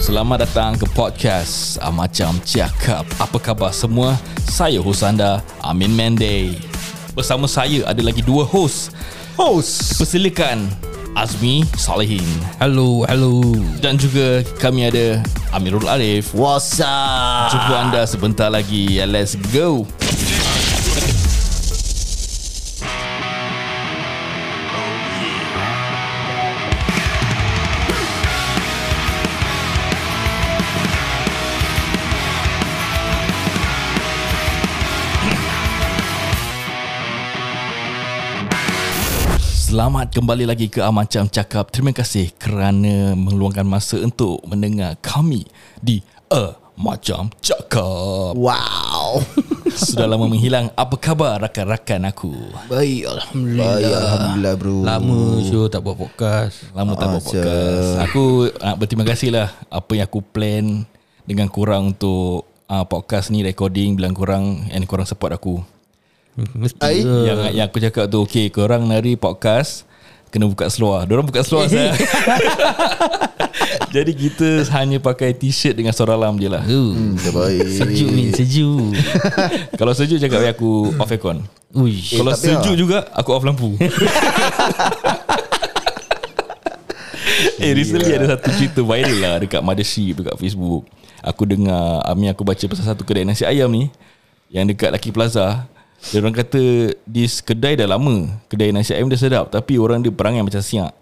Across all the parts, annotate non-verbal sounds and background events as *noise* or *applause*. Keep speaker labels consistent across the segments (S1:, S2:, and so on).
S1: Selamat datang ke podcast ah, Macam Cakap Apa khabar semua? Saya hos anda Amin Mende Bersama saya ada lagi dua host
S2: Host
S1: Persilakan Azmi Salihin
S3: Hello, hello.
S1: Dan juga kami ada Amirul Arif
S2: What's up
S1: Jumpa anda sebentar lagi Let's go Selamat kembali lagi ke Ah Macam Cakap. Terima kasih kerana meluangkan masa untuk mendengar kami di A Macam Cakap.
S2: Wow
S1: Sudah lama menghilang. Apa khabar rakan-rakan aku?
S2: *laughs* Baik Alhamdulillah Baik Alhamdulillah bro
S3: Lama Syul tak buat podcast.
S1: Lama tak buat
S2: Ah,
S1: podcast. Aku nak berterima kasih lah apa yang aku plan dengan korang untuk uh, podcast ni recording bila korang and korang support aku.
S3: Mesti
S2: Ai.
S3: ke?
S1: Yang yang aku cakap tu okay korang nari podcast kena buka seluar. Diorang buka seluar saya. Jadi kita hanya pakai t-shirt dengan seorang lam je lah.
S3: Tu.
S2: Baik
S3: Sejuk ni, sejuk.
S1: Kalau sejuk cakap dengan aku off aircon.
S3: Uish.
S1: Eh, Kalau
S2: tapi
S1: sejuk juga aku off lampu. Eh recently ada satu cerita viral lah Dekat Mothership Dekat Facebook Aku dengar Amin aku baca pasal satu kedai nasi ayam ni Yang dekat Lucky Plaza Dia orang kata This kedai dah lama Kedai nasi ayam dia sedap Tapi orang dia perangai macam siap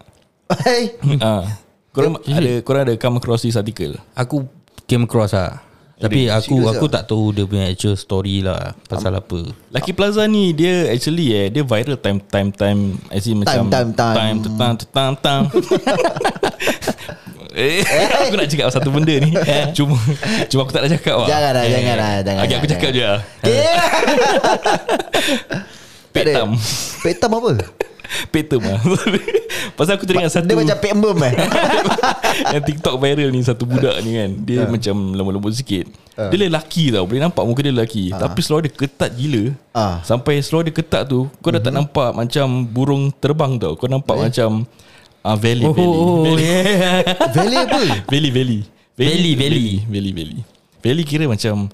S2: Hai
S1: ha. Korang ada korang ada come across this article
S3: Aku came across lah. Tapi aku
S2: serious
S3: aku
S2: ah?
S3: tak tahu dia punya actual story lah pasal apa.
S1: Lucky Plaza ni dia actually eh dia viral time time time actually
S2: Time,
S1: macam
S2: time, time.
S1: time to time to time
S2: *laughs*
S1: time. Eh, aku nak cakap satu benda ni Cuma Cuma aku tak nak cakap lah.
S2: Eh. Jangan lah, jangan lah, jangan
S1: Okay
S2: lah,
S1: aku cakap je
S2: jangan.
S1: lah
S2: Yeah
S1: Petam
S2: *laughs* Petam apa
S1: Petam lah *laughs* Pasal aku teringat satu
S2: Dia macam pekembem *laughs* eh
S1: *laughs* Yang TikTok viral ni Satu budak ni kan Dia
S3: Ah.
S1: macam lembut-lembut sikit Dia lelaki tau Boleh nampak muka dia lelaki
S3: Ah.
S1: Tapi seluar dia ketat gila
S2: Ah.
S1: Sampai seluar dia ketat tu Kau dah tak
S3: Mhm.
S1: nampak Macam burung terbang tau Kau nampak macam uh, Valley
S3: Eh? Oh,
S1: Valley
S3: oh, oh,
S1: valley.
S3: yeah.
S2: Value apa
S1: *laughs* Valley Valley
S3: Valley,
S1: Valley Valley Valley Valley kira macam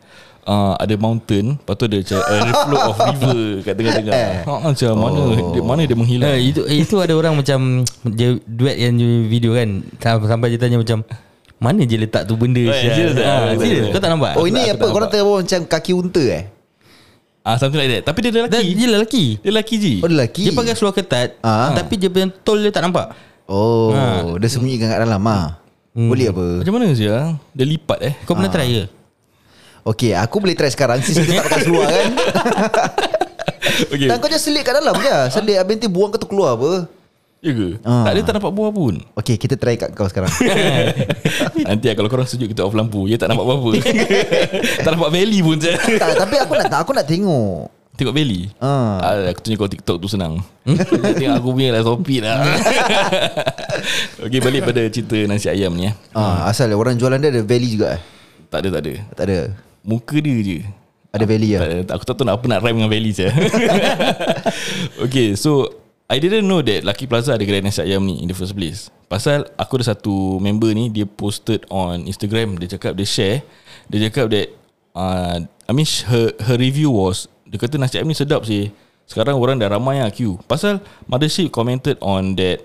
S1: uh, Ada mountain Lepas tu ada macam uh, Flow of river Kat tengah-tengah ha, Macam mana dia, Mana dia menghilang
S3: Oh. Eh, itu eh, itu ada orang macam dia duet yang dia video kan Sam- sampai dia tanya macam mana je letak tu benda
S1: Oh, ya,
S3: Syul?"
S1: serious ah?
S3: Ah, serious. Kau tak nampak?
S2: Oh
S1: tak
S2: ini apa
S1: nampak.
S2: Korang tengah bawa macam kaki unta eh
S1: Ah, Something like that Tapi dia
S3: Dia,
S1: lelaki
S3: dia lelaki.
S1: Dia lelaki je
S2: Oh lelaki
S3: Dia pakai seluar ketat
S2: Ah.
S3: tapi dia punya tol dia tak nampak.
S2: Oh Dia sembunyikan kat dalam ah. Boleh apa
S1: Macam mana Zia Dia lipat eh
S3: Kau pernah try ke?
S2: Okay aku boleh try sekarang Since kita tak pakai seluar *laughs* kan
S1: Okay
S2: Dan kau just selit kat dalam je Selit Habis nanti buang kau tu keluar apa
S1: Ya ke?
S2: Ah.
S1: Tak ada tak nampak buah pun
S2: Okay kita try kat kau *laughs* sekarang
S1: Nanti lah, kalau korang sejuk Kita off lampu Ya tak nampak apa-apa Tak nampak valley pun je
S2: tak, Tapi aku nak aku nak tengok
S1: Tengok valley
S2: Ah.
S1: ah. Aku tunjuk kau TikTok tu senang Hmm? Tengok aku punya lah Sopi lah Okay balik pada cerita Nasi ayam ni eh.
S2: Ah, asal orang jualan dia ada valley juga eh?
S1: Tak ada tak ada
S2: Tak ada.
S1: Muka dia je
S2: Ada valley
S1: tak,
S2: ah.
S1: ada. Aku tak tahu nak apa nak rhyme dengan valley je *laughs* Okay so I didn't know that Lucky Plaza ada kedai nasi ayam ni In the first place Pasal aku ada satu member ni Dia posted on Instagram Dia cakap dia share Dia cakap that uh, I mean her, her review was Dia kata nasi ayam ni sedap sih Sekarang orang dah ramai lah queue Pasal Mothership commented on that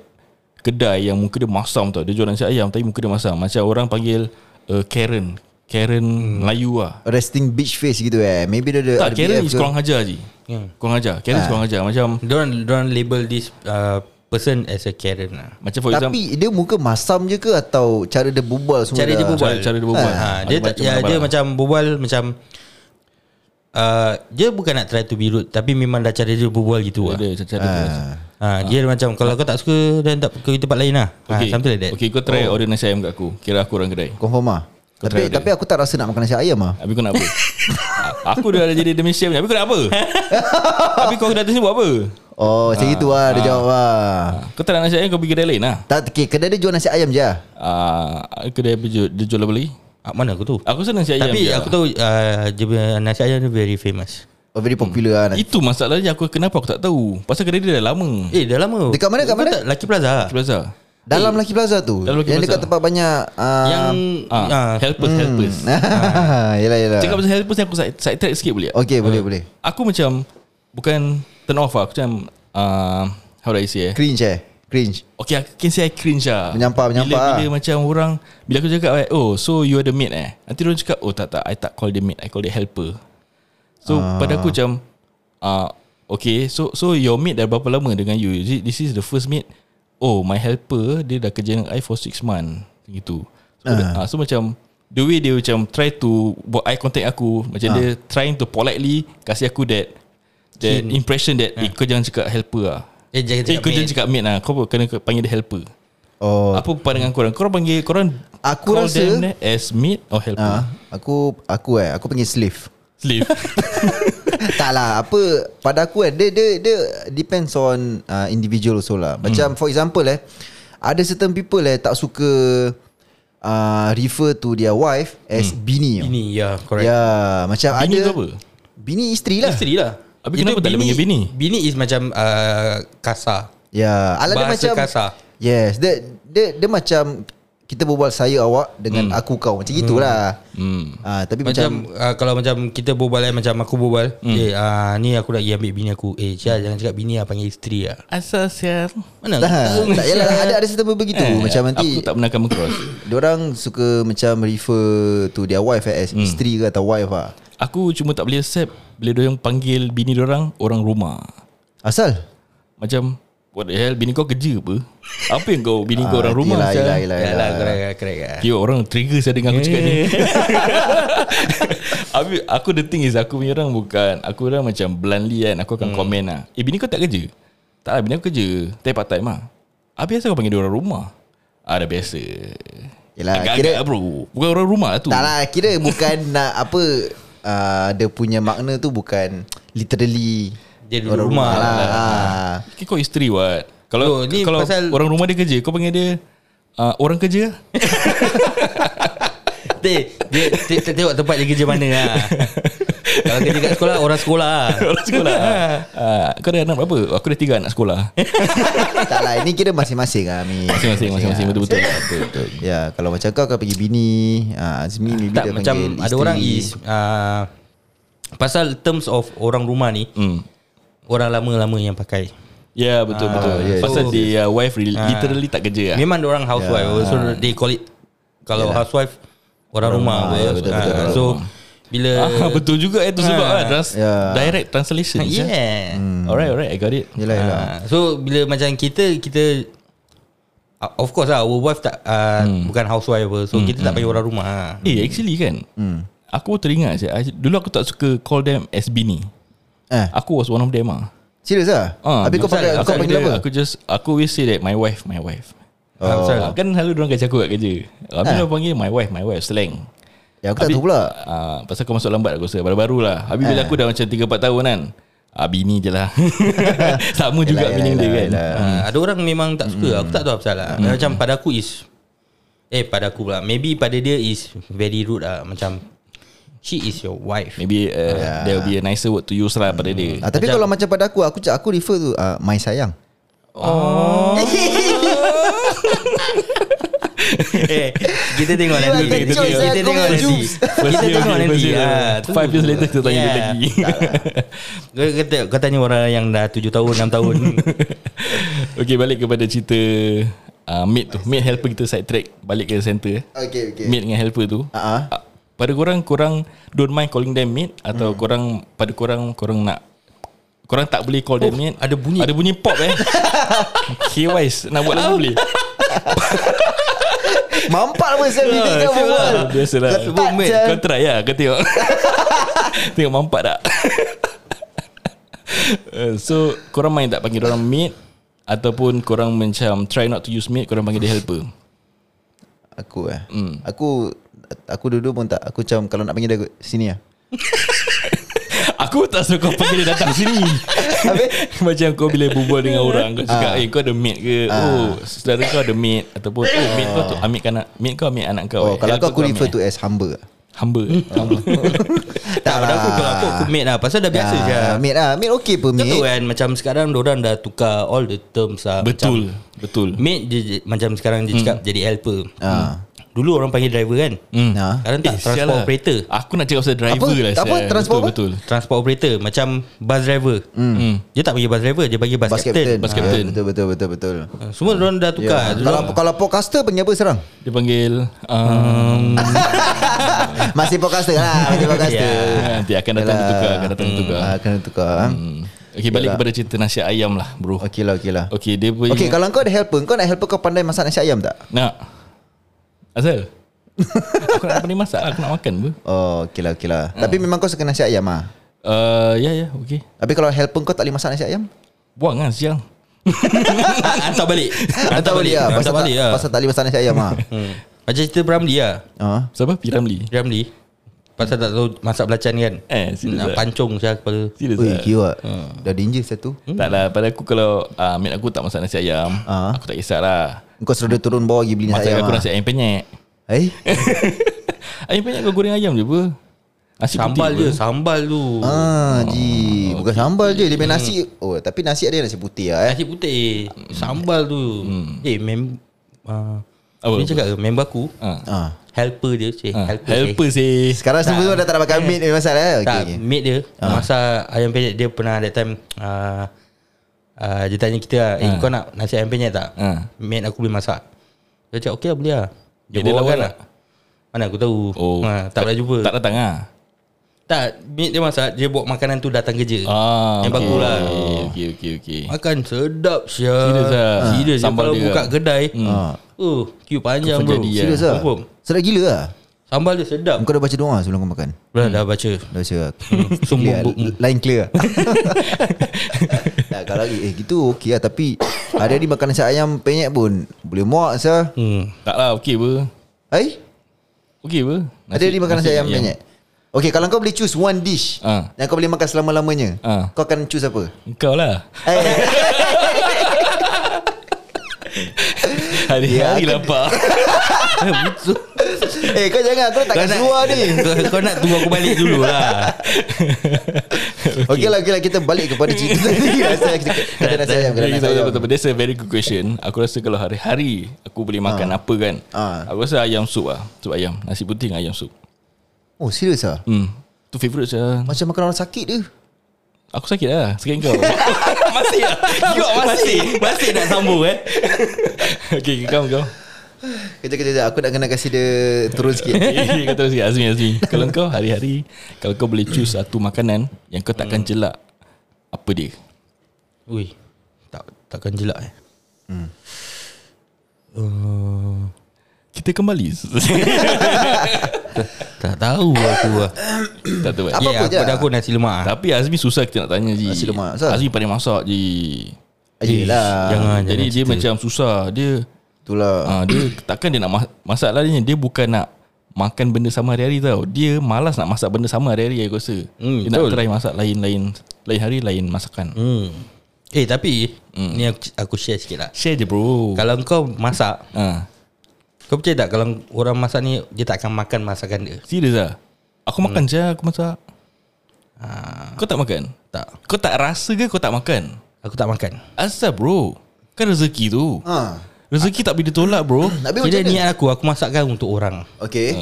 S1: Kedai yang muka dia masam tau Dia jual nasi ayam Tapi muka dia masam Macam orang panggil uh, Karen Karen Melayu lah
S2: Resting beach face gitu eh. Maybe dia ada
S1: tak,
S2: ada
S1: Karen
S2: BF
S1: is
S2: ke.
S1: kurang ajar je
S3: Yeah.
S1: Kurang ajar Karen
S3: Ah.
S1: is kurang ajar Macam
S3: Don't don't label this uh, person as a Karen lah.
S1: Macam for example
S2: Tapi dia muka masam je ke atau cara dia berbual semua?
S3: Cara
S2: dah?
S3: dia berbual.
S1: Cara- cara dia berbual.
S3: Ha,
S1: Ada
S3: dia tak,
S1: macam
S3: ya,
S1: mana
S3: dia
S1: barang.
S3: macam berbual macam uh, dia bukan nak try to be rude tapi memang dah cara dia berbual gitu lah.
S1: Ada cara dia
S2: Ah.
S3: Ha, dia macam kalau kau tak suka dan tak pergi tempat lain lah.
S1: Okay
S3: Ha, something like that.
S1: Okay kau try order nasi ayam kat aku Kira aku orang kedai
S2: Confirm ah. Tapi
S1: try dia.
S2: tapi aku tak rasa nak makan nasi ayam ah.
S1: Habis kau
S3: *laughs*
S1: nak apa A- Aku dah jadi demi chef ni Habis kau nak apa Habis kau datang sini buat apa
S2: Oh, macam itu lah dia jawab ah.
S1: Kau tak nak nasi ayam Kau pergi kedai lain lah
S2: Tak okay, kedai dia jual nasi ayam je. ah?
S1: Ah, Kedai apa jual- dia jual apa lagi
S3: Ah, mana aku tu?
S1: Aku rasa nasi ayam je
S3: tapi
S1: lah.
S3: aku tahu uh, dia punya nasi ayam dia very famous.
S2: Oh,
S1: Hmm.
S2: very popular ah.
S1: Itu masalahnya aku Kenapa aku tak tahu Pasal kedai dia dah lama
S3: Eh dah lama
S2: Dekat mana, dekat
S3: Kau
S2: mana?
S3: tak- Lucky Plaza lah.
S1: Plaza
S2: Dalam Lucky Plaza tu
S1: eh, Dalam Lucky
S2: Yang
S1: Plaza.
S2: dekat tempat banyak uh,
S3: Yang
S1: Ah,
S3: ah,
S1: helpers, helpers.
S2: *laughs* Yelah
S3: Hmm.
S2: yelah
S1: Cakap Ah. pasal helpers ni aku side, side track sikit boleh tak?
S2: Okay boleh boleh
S1: Aku macam bukan turn off lah. Aku macam uh, how do I say eh?
S2: Cringe eh Cringe
S1: Okay, I can say I cringe lah
S2: Menyampah-menyampah
S1: Bila,
S2: lah.
S1: bila macam orang Bila aku cakap like, Oh so you are the maid eh Nanti orang cakap Oh tak tak I tak call the maid I call the helper So pada aku macam uh, Okay so so your maid dah berapa lama dengan you Is it- This is the first maid Oh my helper Dia dah kerja dengan I for 6 months Gitu so, uh. Uh, so macam The way dia macam Try to Buat eye contact aku Macam uh. dia Trying to politely Kasih aku that That impression that eh, Kau jangan cakap helper lah
S3: Eh jangan
S1: Eh
S3: cakap
S1: kau jangan
S3: maid.
S1: cakap maid lah Kau kena panggil dia helper
S2: Oh
S1: Apa pandangan korang Korang panggil Korang
S2: Aku
S1: call
S2: rasa-
S1: them As maid or helper
S2: Ah, Aku Aku eh Aku panggil slave *laughs*
S1: Slave
S2: tak lah apa pada aku kan dia dia dia depends on uh, individual also lah. Macam hmm. for example eh ada certain people eh tak suka uh, refer to their wife as hmm. bini. tau.
S3: Ini ya
S2: Ya,
S3: correct
S2: macam
S1: Bini
S2: ada
S1: tu apa?
S2: Bini isteri lah.
S3: Isteri lah
S1: Ya, Habis kenapa tak boleh panggil bini?
S3: Bini is macam uh, kasar
S2: Ya, ala dia
S3: Bahasa
S2: macam
S3: kasar.
S2: Yes, dia dia dia macam kita berbual saya awak dengan hmm. aku kau macam gitulah. Hmm. Ah tapi
S3: Macam,
S2: macam, *laughs* macam
S3: uh, Kalau macam kita berbual eh, Macam aku berbual hmm. Eh uh, ni aku nak pergi ambil bini aku Eh Syah jangan cakap bini lah Panggil isteri lah
S1: Asal sial
S3: Mana *laughs* lah,
S2: tak, tak yalah ada ada certain people begitu macam nanti
S1: Aku tak pernah come across
S2: Diorang suka macam refer to their wife eh, as hmm. isteri ke atau wife ah.
S1: Aku cuma tak boleh accept Bila dia panggil Bini dia orang Orang rumah
S2: Asal?
S1: Macam What the hell Bini kau kerja apa Apa yang kau Bini kau orang
S2: Ah,
S1: rumah
S2: yelah,
S1: sial?
S2: yelah, yelah,
S3: Yalah
S2: yelah.
S3: correct lah, correct correct.
S1: Kira Ya, orang trigger saya dengan aku cakap ni *laughs* Habis aku the thing is Aku punya orang bukan Aku orang macam bluntly kan Aku akan hmm. komen lah Eh bini kau tak kerja? Tak lah bini aku kerja Tapi part time lah Habis asal kau panggil dia orang rumah? Ah dah biasa
S2: Yelah,
S3: Ah,
S1: Agak-agak
S2: kira-
S1: bro Bukan orang rumah lah tu
S2: Tak lah kira bukan *laughs* nak apa uh, dia punya makna tu bukan literally
S3: Dia duduk
S2: orang
S3: rumah
S2: lah.
S3: lah.
S2: Ah.
S1: Okay, Kau isteri what? Kalau
S3: Bro, ni
S1: kalau
S3: pasal-
S1: orang rumah dia kerja Kau panggil dia uh, Orang
S3: *laughs*
S1: kerja
S3: *laughs* Teh, dia te- te- tengok tempat dia kerja mana
S2: *laughs*
S3: lah. Kalau kerja kat sekolah, orang sekolah lah.
S1: Orang
S3: *laughs*
S1: sekolah uh, Kau ada anak berapa? Aku ada tiga anak sekolah
S2: tak lah ini kira masing-masing ah. lah Ami.
S1: Masing-masing Masing-masing
S3: *laughs*
S1: betul-betul Betul-betul
S2: Ya kalau macam kau kau pergi bini ah, Azmi maybe
S3: Tak
S2: dia
S3: macam
S2: panggil
S3: ada
S2: isteri.
S3: orang is uh, pasal terms of orang rumah ni,
S1: Hmm.
S3: orang lama-lama yang pakai.
S1: Ya yeah, betul ah, betul.
S2: yes,
S1: Pasal
S2: yes,
S1: dia uh, wife really, literally tak kerja
S2: Ya.
S1: lah.
S3: Memang orang housewife, yeah. so they call it kalau housewife orang rumah.
S2: rumah,
S3: apa.
S2: ya, betul,
S3: Ah,
S2: betul, betul,
S3: so
S1: rumah.
S3: bila
S1: Ah, *laughs*
S3: *laughs*
S1: betul juga eh tu sebab ah, trans,
S2: Ya.
S1: direct translation. Yeah.
S3: Ah, yeah.
S1: Alright alright I got it.
S2: Hmm, Yelah yelah
S3: Ah, so bila macam kita kita uh, of course lah our wife tak uh,
S1: Hmm.
S3: bukan housewife apa. so kita tak panggil orang rumah. Ah,
S1: Eh actually kan.
S2: Hmm.
S1: Aku teringat saya dulu aku tak suka call them as bini.
S2: ah.
S1: Aku was one of them ah.
S2: Serius lah?
S1: Ah,
S2: Habis kau panggil,
S3: pasal
S1: Aku,
S2: kau panggil
S1: aku,
S2: apa?
S1: aku just aku always say that my wife my wife.
S3: Oh.
S1: Ah, Kan selalu orang kacau aku kat kerja. Habis orang panggil my wife my wife slang.
S2: Ya aku tak tahu pula
S1: Uh, pasal kau masuk lambat aku rasa Baru-baru lah Habis bila aku dah macam 3-4 tahun kan uh, Bini je lah *laughs* Sama juga
S2: Yelah,
S1: bini
S2: yelah,
S1: dia kan
S2: yelah.
S3: Uh, ada orang memang tak suka. Aku tak tahu apa salah.
S1: Hmm.
S3: Macam pada aku is eh pada aku pula. Maybe pada dia is very rude lah macam she is your wife.
S1: Maybe uh, yeah. there will be a nicer word to use lah pada dia.
S2: Ah, tapi
S3: Macam-
S2: kalau macam pada aku aku aku refer tu uh, my sayang.
S3: *laughs* eh, kita tengok
S2: You
S3: nanti.
S2: are the
S3: Kita
S2: choice,
S3: tengok, kita
S2: eh.
S3: tengok
S2: Kau
S3: nanti.
S2: choose.
S1: *laughs* First
S3: Kita
S1: year,
S3: tengok
S1: okay,
S3: nanti.
S1: first year.
S3: Ah, tu.
S1: Five years later kita tanya dia
S3: Yeah.
S1: lagi. *laughs*
S3: Kau kata kau tanya orang yang dah 7 tahun 6
S1: *laughs*
S3: tahun.
S1: okay, balik kepada cerita uh, maid tu. Maid helper kita side track balik ke center.
S2: *laughs* Okay
S1: Okay. Maid dengan helper tu.
S2: Ah. Uh-huh.
S1: Uh, pada korang korang don't mind calling them maid atau korang pada korang korang nak korang tak boleh call them maid.
S3: ada
S1: Oh,
S3: bunyi.
S1: Ada bunyi pop eh. *laughs* okay wise nak buat lagu *laughs* boleh.
S2: Mampak apa saya bini kau
S1: siap
S2: berbual.
S1: lah. Biasalah.
S2: Letak
S1: Sebut maid.
S2: je.
S1: Kau try lah. Kau *laughs* tengok. tengok mampat tak? Uh, so, korang main tak panggil orang maid? Ataupun korang macam try not to use maid, korang panggil dia helper?
S2: Aku eh. Aku aku dulu pun tak aku macam kalau nak panggil dia aku, sini ah.
S1: Aku tak suka kau panggil dia datang sini. *laughs* macam kau bila berbual dengan orang, kau
S2: Ah.
S1: cakap, eh kau ada maid ke? Oh, saudara kau ada maid? Ataupun, oh maid kau tu ambil kanak, maid kau ambil anak kau.
S2: Oh,
S1: eh.
S2: kalau
S1: Helper
S2: kau aku
S1: ambil
S2: refer Hmm.
S1: eh."
S2: to as hamba.
S1: Hamba eh. *laughs* Hamba.
S3: Tak pada aku Kalau aku
S1: Ah.
S3: aku mate lah Pasal dah
S1: Ya.
S3: biasa je
S2: Ah, Mate lah Mate okay pun
S3: Kau tahu
S2: mate
S3: kan Macam sekarang Diorang dah tukar All the terms lah
S1: Betul
S3: Macam,
S1: Betul
S3: Mate je, je- Macam sekarang dia cakap Jadi helper
S2: Ah.
S3: Dulu orang panggil driver kan
S1: Hmm.
S2: Nah.
S3: Sekarang tak
S1: Eh, sial
S3: Transport
S1: lah.
S3: operator
S1: Aku nak cakap pasal driver
S2: Apa?
S1: lah
S2: Tak apa,
S1: sial.
S2: transport apa?
S1: Betul, betul.
S3: Transport operator Macam bus driver
S1: Hmm.
S3: Dia tak panggil bus driver Dia panggil bus,
S2: Bus captain
S1: Bus
S2: Ah,
S1: captain.
S2: Betul betul betul betul
S3: Ah, Semua orang dah tukar
S2: Ya.
S3: yeah.
S2: Kalau kalau podcaster panggil apa serang?
S1: Dia panggil
S2: *laughs*
S1: um,
S2: Masih podcaster lah Masih
S1: Ya.
S2: podcaster
S1: Nanti akan datang
S2: Yalah.
S1: tukar Akan datang tukar
S2: Ah, Kena tukar ah.
S1: hmm. Okay balik kepada cerita nasi ayam lah bro
S2: Okey lah okey lah
S1: Okay dia punya
S2: Okay kalau kau ada helper Kau nak helper kau pandai masak nasi ayam tak?
S1: Nak Asal
S2: *laughs*
S1: Aku nak pandai masak lah Aku nak makan pun
S2: Oh okey lah okey lah Tapi memang kau suka nasi ayam ah.
S1: uh, Ya ya okay
S2: Tapi kalau helper kau tak boleh masak nasi ayam?
S1: Buang lah siang
S3: Hantar *laughs* balik
S2: Hantar balik lah
S3: Hantar
S2: Pasal tak
S3: balik lah
S2: pasal tak boleh masak nasi ayam ah.
S3: Hmm. Macam cerita Ramli lah
S2: Ah.
S1: Siapa? Piramli
S3: Ramli Pasal tak tahu Masak belacan kan
S1: Eh, serious
S3: Nak
S1: lah.
S3: pancung saya kepala
S1: Serius
S2: Ui,
S1: lah
S2: kiwa. Dah danger satu.
S1: Tak lah Pada aku kalau uh, Mate aku tak masak nasi ayam
S2: Ah.
S1: Aku tak kisah lah
S2: Kau suruh dia turun bawah pergi beli nasi
S1: Masak
S2: ayam.
S1: aku
S2: ah.
S1: nasi ayam penyek *laughs*
S2: Eh?
S1: Ayam penyek kau goreng ayam je apa Nasi
S3: Sambal
S1: putih
S3: je Sambal tu
S2: Ah, ji. Bukan sambal je, dia main nasi. Oh, tapi nasi ada nasi putih ah eh.
S3: Nasi putih Sambal tu Eh mem uh,
S1: Hmm. Apa,
S3: Dia
S1: apa?
S3: cakap ke Member aku
S1: Ah.
S2: Ah.
S3: Helper dia cik,
S1: Ah,
S3: Eh, Helper,
S1: Helper sih
S2: Sekarang semua dah tak nak pakai meat ni masalah.
S3: Eh.
S2: eh? Okey
S3: Tak
S2: okey.
S3: Mate dia
S1: Ah.
S3: Masa ayam penyet Dia pernah that time uh, uh, Dia tanya kita lah, Eh kau nak nasi ayam penyet tak
S1: Ah.
S3: Mate aku boleh masak Dia cakap okey lah boleh lah Dia
S1: Eh, dia
S3: bawa
S1: lawan
S3: kan
S1: tak?
S3: lah Mana aku tahu
S1: Oh.
S3: ha, Tak pernah jumpa
S1: Tak datang ah.
S3: Tak Mate dia masak Dia bawa makanan tu datang kerja
S1: Ah,
S3: Eh, Yang bagus lah
S1: Okey okey okey.
S3: Makan sedap sia.
S1: Serius lah.
S3: Serius dia
S1: Sambal
S3: kalau
S1: dia
S3: buka
S1: lah.
S3: kedai.
S2: Ah.
S3: Oh, queue panjang
S1: Confirm
S3: bro.
S1: jadi, ya.
S2: Serius ah.
S3: Confirm.
S2: Sedap gila ah.
S3: Sambal dia sedap.
S2: Kau dah baca doa sebelum kau makan?
S3: Dah dah baca.
S2: Dah baca ah.
S3: Sungguh
S2: Clear,
S3: buk.
S2: Line *laughs* clear ah. Tak kalau eh gitu okey lah tapi ada ni makan nasi ayam penyet pun boleh muak sah.
S3: Hmm.
S1: Tak lah okey apa.
S2: Eh?
S1: Okey apa?
S2: Ada ni makan nasi ayam penyet. Okay kalau kau boleh choose one dish
S1: Ah.
S2: Yang kau boleh makan selama-lamanya
S1: Ah.
S2: Kau akan choose apa?
S1: Kau lah. *laughs*
S2: Eh, *laughs* Ya,
S1: Hari-hari
S2: aku-
S1: lapar.
S2: *laughs* eh kau jangan Aku letak kat seluar ni
S3: Kau- Kau nak tunggu aku balik dulu lah.
S2: *laughs* Okey lah, okay lah Kita balik kepada *laughs* cerita tadi Rasa kita kata nasi ayam kena nasi ayam
S1: Betul-betul That's a very good question Aku rasa kalau hari-hari Aku boleh makan apa kan
S2: Ah.
S1: Aku rasa ayam sup lah Sup ayam Nasi putih dengan ayam sup
S2: Oh serius ah?
S1: Hmm Tu favourite saya
S2: Macam makan orang sakit dia
S1: Aku sakit lah Sakit kau
S3: *laughs* masih lah. You are masih. Masih nak sambung
S1: *laughs*
S3: eh.
S1: Okay kau kau
S2: Kejap kejap kejap. Aku nak kena kasi dia Turun *laughs* sikit
S1: Okay, Eh, Kau terus sikit Azmi Azmi Kalau kau hari-hari Kalau kau boleh choose Satu makanan Yang kau
S3: Hmm.
S1: takkan jelak Apa dia
S3: Ui. Tak takkan jelak eh. Hmm. Uh,
S1: Kita kembali *laughs*
S3: tak tahu aku lah.
S1: Tak tahu
S2: *coughs*
S1: yeah.
S2: Apa-apa je
S3: yeah, aku
S2: lah.
S3: dah aku nasi lemak. lah.
S1: Tapi Azmi susah kita nak tanya je
S2: Nasi lemak, Azal.
S1: Azmi pandai masak je
S2: Yelah
S3: Jangan
S1: Ah, Jadi dia macam susah Dia
S2: Itulah
S1: ah, Dia takkan dia nak ma- Masak lah dia Dia bukan nak Makan benda sama hari-hari tau Dia malas nak masak benda sama hari-hari Aku rasa
S3: Hmm,
S1: Dia nak try masak lain-lain Lain hari lain masakan
S3: Hmm. Eh tapi ni aku, aku share sikit lah.
S1: Share je bro
S3: Kalau kau masak
S1: Kan? ah.
S3: Kau percaya tak kalau orang masak ni dia tak akan makan masakan dia?
S1: Serius lah Aku makan je aku masak
S3: Ha,
S1: Kau tak makan?
S3: tak.
S1: Ah. Kau tak rasa ke kau tak makan?
S3: Aku tak makan.
S1: Asal bro Kan rezeki tu
S2: Ha
S1: Rezeki tak boleh ditolak *coughs* bro
S2: Nabi macam
S3: Kira
S2: mana?
S3: niat aku aku masakkan untuk orang.
S2: Okay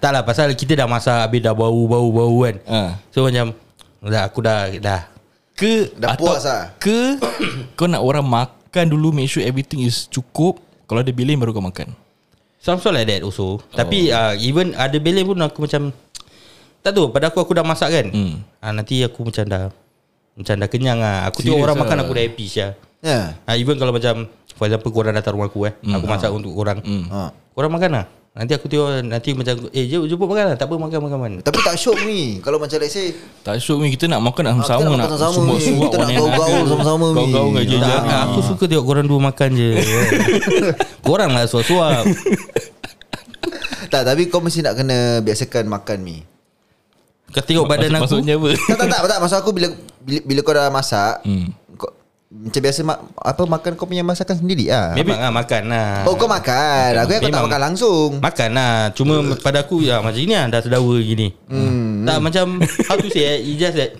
S3: Tak lah pasal kita dah masak habis dah bau bau bau kan.
S1: ah.
S3: So macam dah aku dah dah.
S1: Ke
S2: Dah puas lah.
S1: Ke *coughs* Kau nak orang makan dulu Make sure everything is cukup Kalau ada bilin baru kau makan
S3: Some sort like that also. Tapi
S1: Oh.
S3: uh, even ada belen pun aku macam tak tahu pada aku aku dah masak kan.
S1: Hmm.
S3: Ah nanti aku macam dah macam dah kenyang ah. Aku
S1: Serious
S3: tengok orang
S1: lah.
S3: makan aku dah happy sia.
S2: Ya
S3: Ah even kalau macam for example korang datang rumah aku eh.
S1: Hmm.
S3: Aku masak
S1: Ah.
S3: untuk korang.
S2: Ha
S3: Korang makan lah Nanti aku tengok Nanti macam Eh jom jumpa makan lah Tak apa makan makan makan
S2: tapi tak syok ni Kalau macam let's say
S1: Tak syok ni Kita nak makan
S2: Ah,
S1: nak
S2: kita
S1: sama
S2: nak
S1: Nak
S2: makan sama ni.
S1: sumak-sumak
S2: Kita nak gaul-gaul sama-sama ni.
S1: Gaul-gaul dengan
S3: Tak,
S1: jajan
S3: tak, "Ah, Aku suka tengok korang dua makan
S1: *laughs*
S3: je Korang lah suap-suap
S2: Tak tapi kau mesti nak kena Biasakan makan mi
S3: Kau tengok badan
S1: Maksud-
S3: aku *laughs*
S1: Maksudnya apa
S2: Tak tak tak, tak. Maksud aku bila, bila bila kau dah masak
S1: Hmm.
S2: kau, Macam biasa mak, apa makan kau punya masakan sendiri lah.
S3: Memang lah makan lah
S2: Oh kau makan. Aku yang kau tak
S3: Memang.
S2: makan langsung.
S3: Makan lah Cuma pada aku ya, Macam ni lah Dah terdawa gini hmm. Tak macam How to say eh, It's just that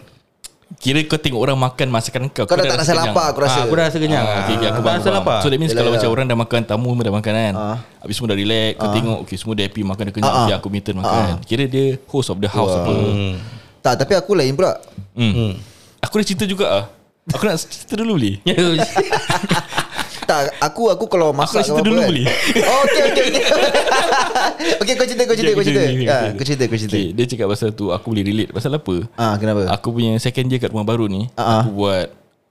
S1: Kira kau tengok orang makan masakan kau
S2: Kau dah tak rasa
S1: kenyang.
S2: lapar aku rasa.
S3: ah, Aku dah rasa kenyang
S1: Ah,
S3: ah,
S1: okay, okay, aku
S3: Aku dah
S1: faham,
S3: rasa
S1: faham.
S3: lapar
S1: So that means
S2: Yelah,
S1: kalau
S2: yelah.
S1: macam orang dah makan Tamu pun dah makan kan
S2: Ah.
S1: Habis semua dah relax Kau tengok Okay semua dah happy Makan dah kenyang Okay aku meter
S2: Ah,
S1: makan Kira dia host of the house apa
S3: Hmm.
S2: Tak tapi aku lain pula.
S1: Hmm. Aku dah cerita juga ah. Aku nak cerita dulu
S3: *laughs*
S1: *laughs* beli
S3: Ya,
S2: Tak aku aku kalau masak
S1: cerita
S2: ke apa
S1: dulu
S2: kan.
S1: boleh?
S2: Oh okey okey okey. *laughs* okey kau cerita kau cerita kau cerita. Ha kau cerita kau cerita.
S1: okay, Dia cakap pasal tu Aku boleh relate Pasal apa
S2: Ah kenapa?
S1: Aku punya second year kat rumah baru ni
S2: Ah, ah.
S1: Aku buat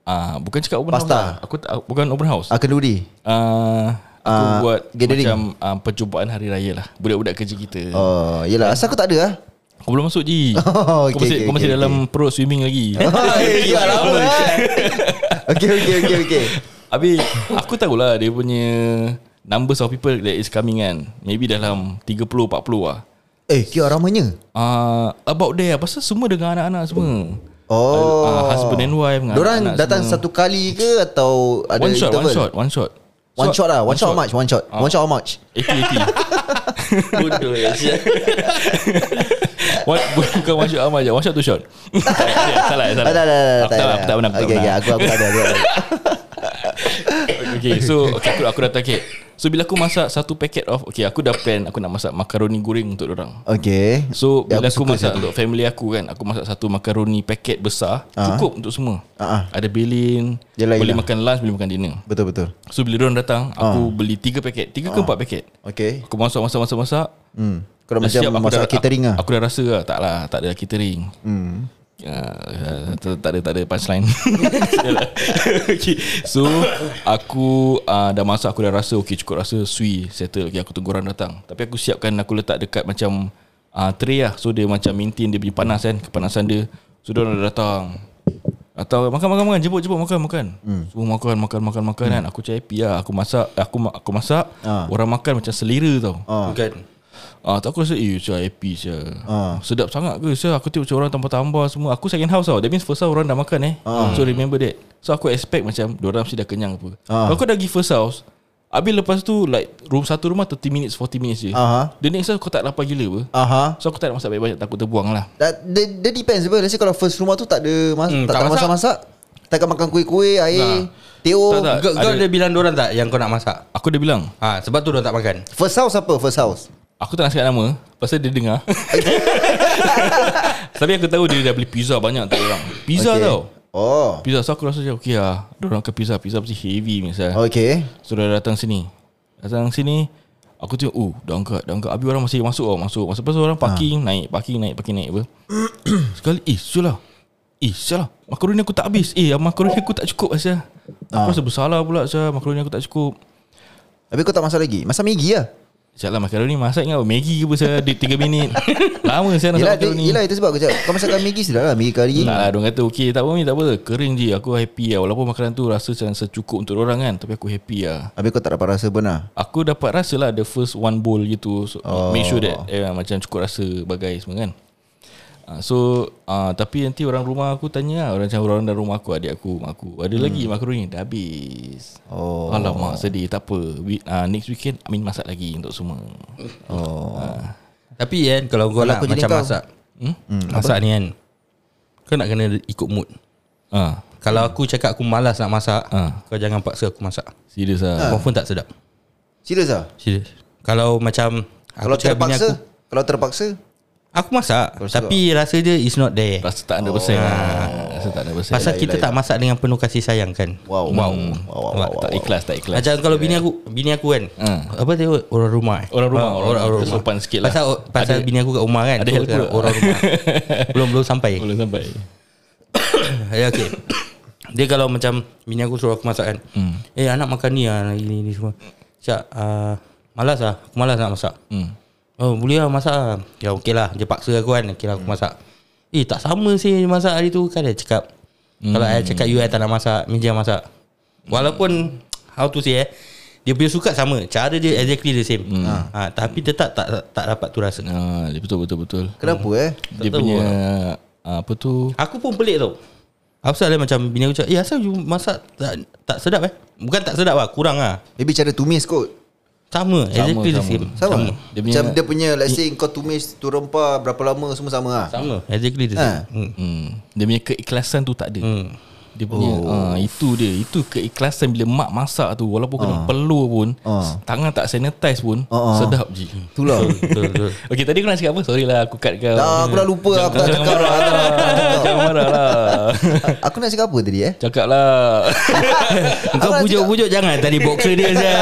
S1: ah Bukan cakap open
S2: Pasta.
S1: house lah. Aku tak, bukan open house
S2: Ah kenduri.
S1: Ah, Aku
S2: Ah,
S1: buat
S2: gathering.
S1: Macam ah, Perjumpaan hari raya lah Budak-budak kerja kita
S2: Oh yalah asal aku tak *laughs* ada ah.
S1: Kau belum masuk Ji
S2: *laughs*
S1: Kau
S2: Oh,
S1: masih,
S2: okay, okay,
S1: kau masih
S2: okay,
S1: dalam Pro swimming
S2: *laughs*
S1: lagi *laughs*
S2: Eh, Jual lama eh. Okey okey okey okey.
S1: Habis aku tahulah dia punya numbers of people that is coming kan. Maybe dalam 30 40 lah.
S2: Eh kira ramanya.
S1: Uh, about there pasal semua dengan anak-anak semua.
S2: Oh.
S1: Ah, husband and wife dengan
S2: Diorang
S1: anak-anak
S2: datang
S1: semua.
S2: satu kali ke atau ada
S1: one shot,
S2: interval?
S1: one shot, Ah. one shot.
S2: One shot lah. One shot how much? One shot. One shot how much? *laughs*
S1: 80
S3: Bodoh
S1: eh,
S3: *laughs* ya sial.
S1: 80. one, bukan one shot amat je. One shot two
S2: *laughs*
S1: shot. Eh, salah, salah.
S2: Ah, dah, dah, dah,
S1: Aku tak, aku tak pernah. aku tak
S2: Okay, okay,
S1: pernah.
S2: aku, aku tak ada. aku
S1: *laughs*
S2: tak ada.
S1: Okay so okay, aku, aku dah target So bila aku masak Satu packet of Okay aku dah plan Aku nak masak makaroni goreng Untuk orang.
S2: Okay.
S1: So
S2: Ya,
S1: bila aku,
S2: aku suka
S1: masak Untuk family aku kan Aku masak satu makaroni packet besar Cukup untuk semua
S2: Ah,
S1: Ada bilin
S2: Yelah,
S1: Boleh
S2: yelah. Ah.
S1: makan lunch Boleh makan dinner
S2: Betul-betul.
S1: So bila orang datang Aku beli tiga packet Tiga
S2: Ah.
S1: ke empat packet
S2: Okay.
S1: Aku masak masak masak masak
S2: Hmm. Kau dah
S1: Dah
S2: macam
S1: siap, aku
S2: masak
S1: dah-
S2: catering
S1: aku,
S2: lah.
S1: Aku dah rasa lah Tak lah Tak ada catering hmm. tak, tak ada tak ada punchline *laughs* Yalah. okay. So Aku uh, Dah masak Aku dah rasa Okay cukup rasa Sui settle okay, Aku tunggu orang datang Tapi aku siapkan Aku letak dekat macam uh, Tray lah So dia macam maintain Dia punya panas kan Kepanasan dia So dia orang dah datang atau makan makan makan jemput jemput makan makan. Hmm. Semua makan makan makan makan kan. Aku cakap happy lah. Aku masak aku ma- aku masak
S2: Hmm. Ah.
S1: orang makan macam selera tau.
S3: Bukan
S1: Ah, tak aku rasa Eh saya happy saya ah. Sedap sangat ke saya Aku tengok macam orang tambah-tambah semua Aku second house tau That means first house orang dah makan eh ah. So remember that So aku expect macam Diorang mesti dah kenyang apa ah. Kalau kau dah pergi first house Habis lepas tu Like room satu rumah 30 minutes 40 minutes je
S2: Aha.
S1: The next house kau tak lapar gila apa
S2: Aha.
S1: So aku tak nak masak banyak-banyak Takut terbuang lah
S2: That, that, that depends apa. Let's say kalau first rumah tu tak ada mas-
S3: Hmm,
S2: tak,
S3: tak
S2: tak,
S3: masak.
S2: masak-masak. Takkan makan kuih-kuih, air,
S1: Nah.
S2: teo.
S1: Tak, tak.
S3: Kau kau
S1: ada-
S3: ada bilang dorang tak Yang kau nak masak
S1: Aku dah bilang
S3: Ha, sebab tu dorang tak makan
S2: First house apa? First house.
S1: Aku tak nak cakap nama Pasal dia dengar *laughs* Tapi aku tahu dia dah beli pizza banyak untuk orang Pizza okay.
S2: Okay.
S1: tau
S2: Oh.
S1: Pizza So aku rasa macam Okay lah Diorang ke pizza Pizza mesti heavy misalnya
S2: Okay.
S1: So dah datang sini Datang sini Aku tengok Oh dah angkat Dah angkat Habis orang masih masuk tau Masuk Masa pasal orang parking ha. Naik parking naik Parking naik apa *clears throat* Sekali Eh sial lah Eh sial lah Makaroni aku tak habis Eh makaroni aku tak cukup Asya
S2: Ha.
S1: Aku rasa bersalah pula Asya Makaroni aku tak cukup
S2: Habis kau tak masak lagi? Masak Maggi lah.
S1: Sial lah makaroni masak ingat apa Maggi ke apa saya Dia 3
S2: *laughs*
S1: minit Lama saya nak masak
S2: Yelah, tu,
S1: makaroni
S2: yelah, itu sebab aku cakap. Kau masakkan Maggi sudah lah. Maggi kari.
S1: Tak lah, diorang kata okay tak apa ni tak apa Kering je aku happy lah Walaupun makanan tu rasa macam secukup untuk orang kan Tapi aku happy lah
S2: Habis kau tak dapat rasa pun lah.
S1: Aku dapat rasa lah The first one bowl gitu so, oh. Make sure that eh, Macam cukup rasa Bagai semua kan uh, So uh, Tapi nanti orang rumah aku tanya lah Orang macam orang dalam rumah aku Adik aku Mak aku Ada hmm. lagi makaroni Dah habis
S2: Oh.
S1: Alamak sedih Tak apa We, uh, Next weekend Amin masak lagi Untuk semua
S2: Oh.
S3: Tapi kan Kalau kau
S2: Kalau
S3: nak
S2: aku jadi
S3: macam
S2: kau-
S3: masak hmm, Masak ni kan Kau nak kena ikut mood
S1: uh,
S3: Kalau aku cakap aku malas nak masak
S1: Ah.
S3: Kau jangan paksa aku masak
S1: Serius lah
S2: Ah.
S3: Confirm tak sedap
S2: Serius lah?
S3: Serius Kalau macam aku
S2: Kalau
S3: cakap bini
S2: terpaksa?
S3: aku,
S2: Kalau terpaksa?
S3: aku masak Tapi rasa dia is not there
S1: Rasa tak ada persen
S2: Oh.
S1: lah. Rasa tak ada lah. persen
S3: Pasal kita tak masak dengan penuh kasih sayang kan
S2: Wow. Wow. Wow. wow, wow,
S1: Hmm. Tak
S2: wow.
S1: ikhlas Tak ikhlas
S3: Macam kalau bini aku Bini aku kan
S1: Ah.
S3: Apa dia Orang rumah eh?
S1: Eh. Orang rumah,
S3: Ah,
S1: orang rumah. Sopan sikit lah.
S3: Pasal, pasal
S1: Ada-
S3: bini aku kat rumah kan
S1: ada
S3: Tu
S1: helper
S3: kan,
S1: tak?
S3: Orang
S1: *laughs*
S3: rumah Belum belum sampai
S1: Belum sampai
S3: Ya okay Dia kalau macam Bini aku suruh aku masak kan
S1: Hmm.
S3: Eh anak makan ni lah Ini ni semua Cak uh, Malas lah Aku malas nak masak
S1: hmm.
S3: Oh boleh lah masak lah Ya okey lah Dia paksa aku kan Okay lah aku masak Eh tak sama sih masak hari tu Kan dia cakap Kalau saya cakap you I tak nak masak Meja masak Walaupun How to say eh Dia punya suka sama Cara dia exactly the same ha, Tapi tetap tak, tak, tak dapat tu rasa
S1: Ah, dia betul betul betul
S2: Kenapa eh?
S1: Dia
S3: tahu
S1: punya ah, Apa tu
S3: Aku pun pelik tau Apa dia macam bini aku cakap, eh asal you masak tak, tak sedap eh? Bukan tak sedap lah, kurang lah.
S2: Maybe cara tumis kot
S3: Sama, sama exactly the
S1: sama.
S3: same.
S2: Sama,
S1: Dia
S2: Dia
S1: punya-
S2: punya, Macam dia punya Let's say kau tumis tu rempah Berapa lama semua sama lah
S3: Sama, exactly the same.
S2: Ha.
S3: Hmm.
S1: Hmm. Dia punya keikhlasan tu tak ada.
S3: Hmm.
S1: Dia punya oh. uh, itu dia, itu keikhlasan bila mak masak tu walaupun kena peluh pun,
S2: Ah.
S1: tangan tak sanitize pun,
S2: Ah, ah.
S1: sedap je.
S2: Itulah
S3: Betul, betul.
S1: Okay tadi kau nak cakap apa? Sorry lah aku cut kau.
S2: Dah aku dah lupa Aku tak
S1: Jangan
S2: cakap lah
S1: marah lah. *laughs* Jangan marah lah.
S2: *laughs* Aku nak cakap apa tadi eh *laughs*
S1: Cakap lah.
S3: Kau
S2: nak
S3: pujuk-pujuk jangan tadi boxer
S1: *laughs*
S3: dia saja.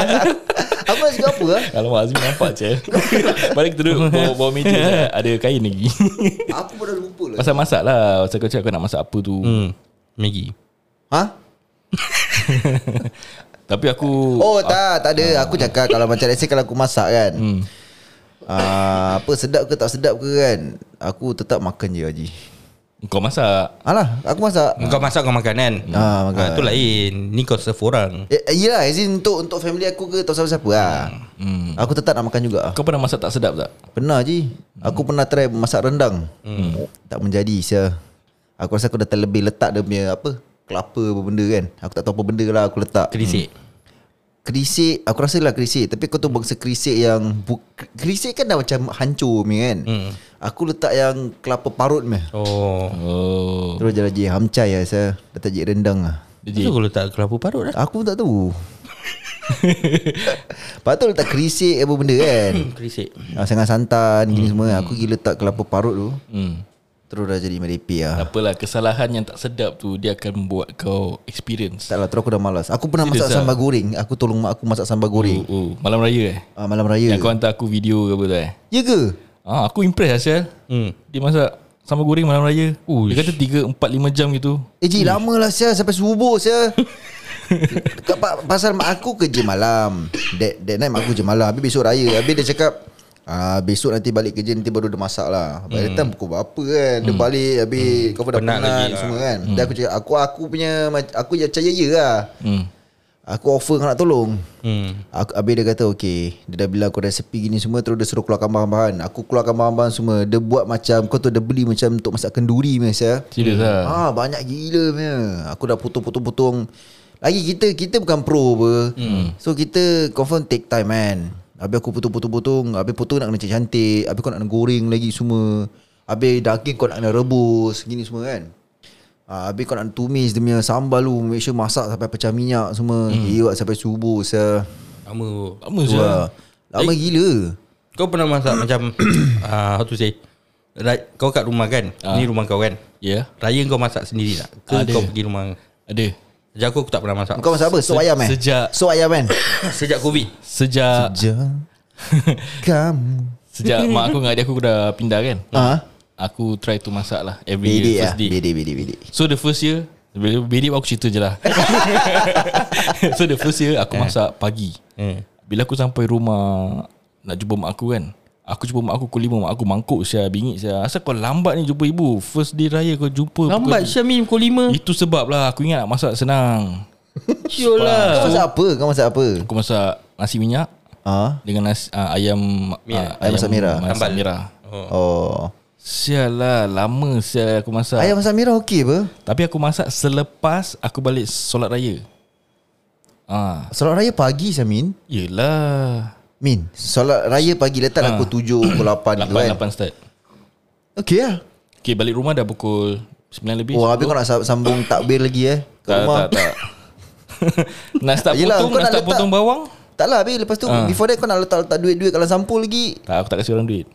S2: Aku nak cakap apa ah?
S1: Alamak Azmi nampak je *laughs* Balik kita duduk bawah, bawah meja je. Ada kain lagi *laughs*
S2: Aku pun dah lupa lah
S1: Pasal masak lah Pasal kau cakap kau nak masak apa tu hmm.
S3: Hmm. Maggi.
S2: Ha?
S1: Tapi aku
S2: Oh tak Tak ada Aku cakap Kalau macam let's say Kalau aku masak kan
S1: hmm.
S2: ah, Apa sedap ke tak sedap ke kan Aku tetap makan je Haji
S1: Kau masak
S2: Alah Aku masak
S1: Hmm.
S3: Kau masak kau makan kan?
S2: Ah, makan.
S3: Ah, tu lain. Ni kau serve orang.
S2: Eh, eh, Yelah as in untuk, untuk family aku ke Atau siapa-siapa lah
S1: hmm.
S2: Aku tetap nak makan juga ah.
S1: Kau pernah masak tak sedap tak?
S2: Pernah Haji Aku pernah try masak rendang
S3: Hmm.
S2: Tak menjadi sia Aku rasa aku dah terlebih letak dia punya apa Kelapa apa benda kan Aku tak tahu apa benda lah aku letak
S3: Kerisik.
S2: Kerisik Aku rasa lah kerisik Tapi kau tu bangsa kerisik yang bu- Kerisik kan dah macam hancur punya kan
S3: Hmm.
S2: Aku letak yang kelapa parut punya
S3: Oh.
S1: Oh
S2: Terus jalan je hamcai lah saya Letak je rendang lah
S3: Jadi
S1: Jadi
S3: kau letak kelapa parut dah.
S2: Aku pun tak
S3: *laughs*
S2: tahu Lepas tu letak kerisik apa benda
S3: *laughs*
S2: kan
S3: Kerisik.
S2: ah, Sangat santan
S3: Hmm.
S2: gini semua Aku pergi letak kelapa parut tu
S1: hmm.
S2: Terus dah jadi merepek lah
S1: Tak Apalah kesalahan yang tak sedap tu Dia akan buat kau experience
S2: Tak lah terus aku dah malas Aku pernah masak
S1: Serious ah?
S2: sambal goreng Aku tolong mak aku masak sambal goreng
S1: oh, oh. Malam raya eh
S2: ah, Malam raya
S1: Yang kau hantar aku video ke apa tu eh
S2: Ya ke?
S1: ah, Aku impress Asyal
S3: Hmm.
S1: Dia masak sambal goreng malam raya
S3: Uish.
S1: Dia kata 3, 4, 5 jam gitu
S2: Eh Ji lama lah saya Sampai subuh saya Dekat pa- Pasal mak aku kerja malam That, that night mak aku kerja malam Habis besok raya Habis dia cakap Ah, besok nanti balik kerja Nanti baru dia masak lah By the time pukul berapa kan Dia balik Habis kau pun dah
S3: Penat
S2: penat,
S3: lagi lah.
S2: Semua kan Dan aku cakap Aku aku punya mac- Aku yang percaya ya lah
S1: hmm.
S2: Aku offer kau nak tolong
S3: Hmm.
S2: Aku, habis dia kata okay Dia dah bilang aku resepi gini semua Terus dia suruh keluarkan bahan-bahan Aku keluarkan bahan-bahan semua Dia buat macam Kau tu dia beli macam Untuk masak kenduri biasa
S1: Serius lah
S2: Ah banyak gila punya Aku dah potong-potong-potong Lagi kita Kita bukan pro apa So kita confirm take time kan Habis aku potong-potong-potong Habis potong nak kena cantik Habis kau nak kena goreng lagi semua Habis daging kau nak kena rebus Gini semua kan Ah, habis kau nak tumis dia punya sambal lu Make sure masak sampai pecah minyak semua hmm. Iwak sampai subuh ya. saya
S3: Lama.
S1: Lama
S2: Tu
S1: Asyal
S2: lah Lama gila
S3: Kau pernah masak macam *coughs* ah, how to say? Ra- kau kat rumah kan? Ni rumah kau kan?
S1: Ya yeah.
S3: Raya kau masak sendiri tak? Ke
S1: Ada.
S3: kau pergi rumah?
S1: Ada
S3: Sejak aku, aku tak pernah masak.
S2: Kau masak apa? Sup
S1: Se-
S2: ayam eh?
S1: sejak-
S2: Sup ayam
S1: *laughs*
S2: kan?
S3: Sejak Covid.
S1: Sejak
S2: Jangan Kamu
S1: *laughs* Sejak mak aku dengan adik aku dah pindah kan
S2: Ah,
S1: Aku try to masak lah Every
S2: Bedek
S1: year
S2: lah
S1: First day
S2: Bedek bedek bedek
S1: So the first year bila Bedek aku cerita je *laughs* lah So the first year Aku masak pagi
S3: Hmm.
S1: Bila aku sampai rumah Nak jumpa mak aku kan Aku jumpa mak aku Pukul lima mak aku mangkuk saya Bingit saya Asal kau lambat ni jumpa ibu First day raya kau jumpa
S3: Lambat Syamim pukul 5.
S1: Itu sebab lah Aku ingat nak masak senang Ah.
S2: Kau
S3: Yolah.
S2: masak apa? Kau masak apa?
S1: Aku masak nasi minyak
S2: Ah,
S1: Dengan nasi, uh, ayam
S3: Merah.
S1: uh,
S2: Ayam masak merah.
S1: Masak
S3: Sambal.
S1: merah
S3: Oh.
S2: Oh
S1: Sial lah Lama sial aku masak
S2: Ayam masak merah okey apa?
S1: Tapi aku masak selepas aku balik solat raya. Ah,
S2: Solat raya pagi saya Min
S1: yelah.
S2: Min Solat raya pagi
S1: Ah.
S2: Letak aku tujuh Pukul lapan gitu kan
S1: 8 8 start.
S2: Okey lah
S1: Okay, balik rumah dah pukul 9 lebih.
S2: Wah habis kau nak sa- sambung takbir lagi eh Kat
S1: tak,
S2: rumah
S1: tak,
S2: *laughs*
S1: tak. nak start
S2: Yelah,
S1: potong,
S2: kau
S1: nak
S2: nak
S1: start
S2: letak-
S1: potong bawang?
S2: Tak lah habis lepas tu
S1: Ah.
S2: Before that kau nak letak-letak duit-duit Kalau sampul lagi
S1: Tak, aku tak kasi orang duit.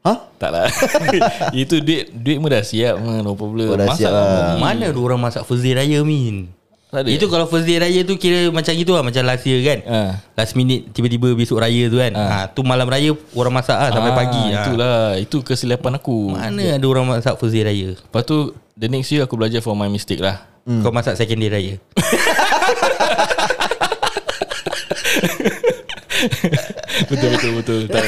S2: Ha?
S1: Tak lah. *laughs* Itu duit duit pun dah siap. Man, no problem.
S2: Oh, dah
S1: Masak
S2: siap
S1: lah.
S2: lah.
S3: Mana ada orang masak first day raya Min?
S1: Tak ada.
S3: Itu kalau first day raya tu kira macam gitu lah Macam last year kan
S1: Ha.
S3: Last minute tiba-tiba besok raya tu kan ha. Tu malam raya orang masak lah sampai
S1: Ah,
S3: pagi ha.
S1: Itulah. Itu kesilapan aku.
S3: Mana ada orang masak first day raya
S1: Lepas tu, the next year aku belajar from my mistake lah. *laughs*
S3: hmm. Kau masak second day *coughs* raya
S1: betul, betul, betul.
S2: *laughs*
S1: Tak.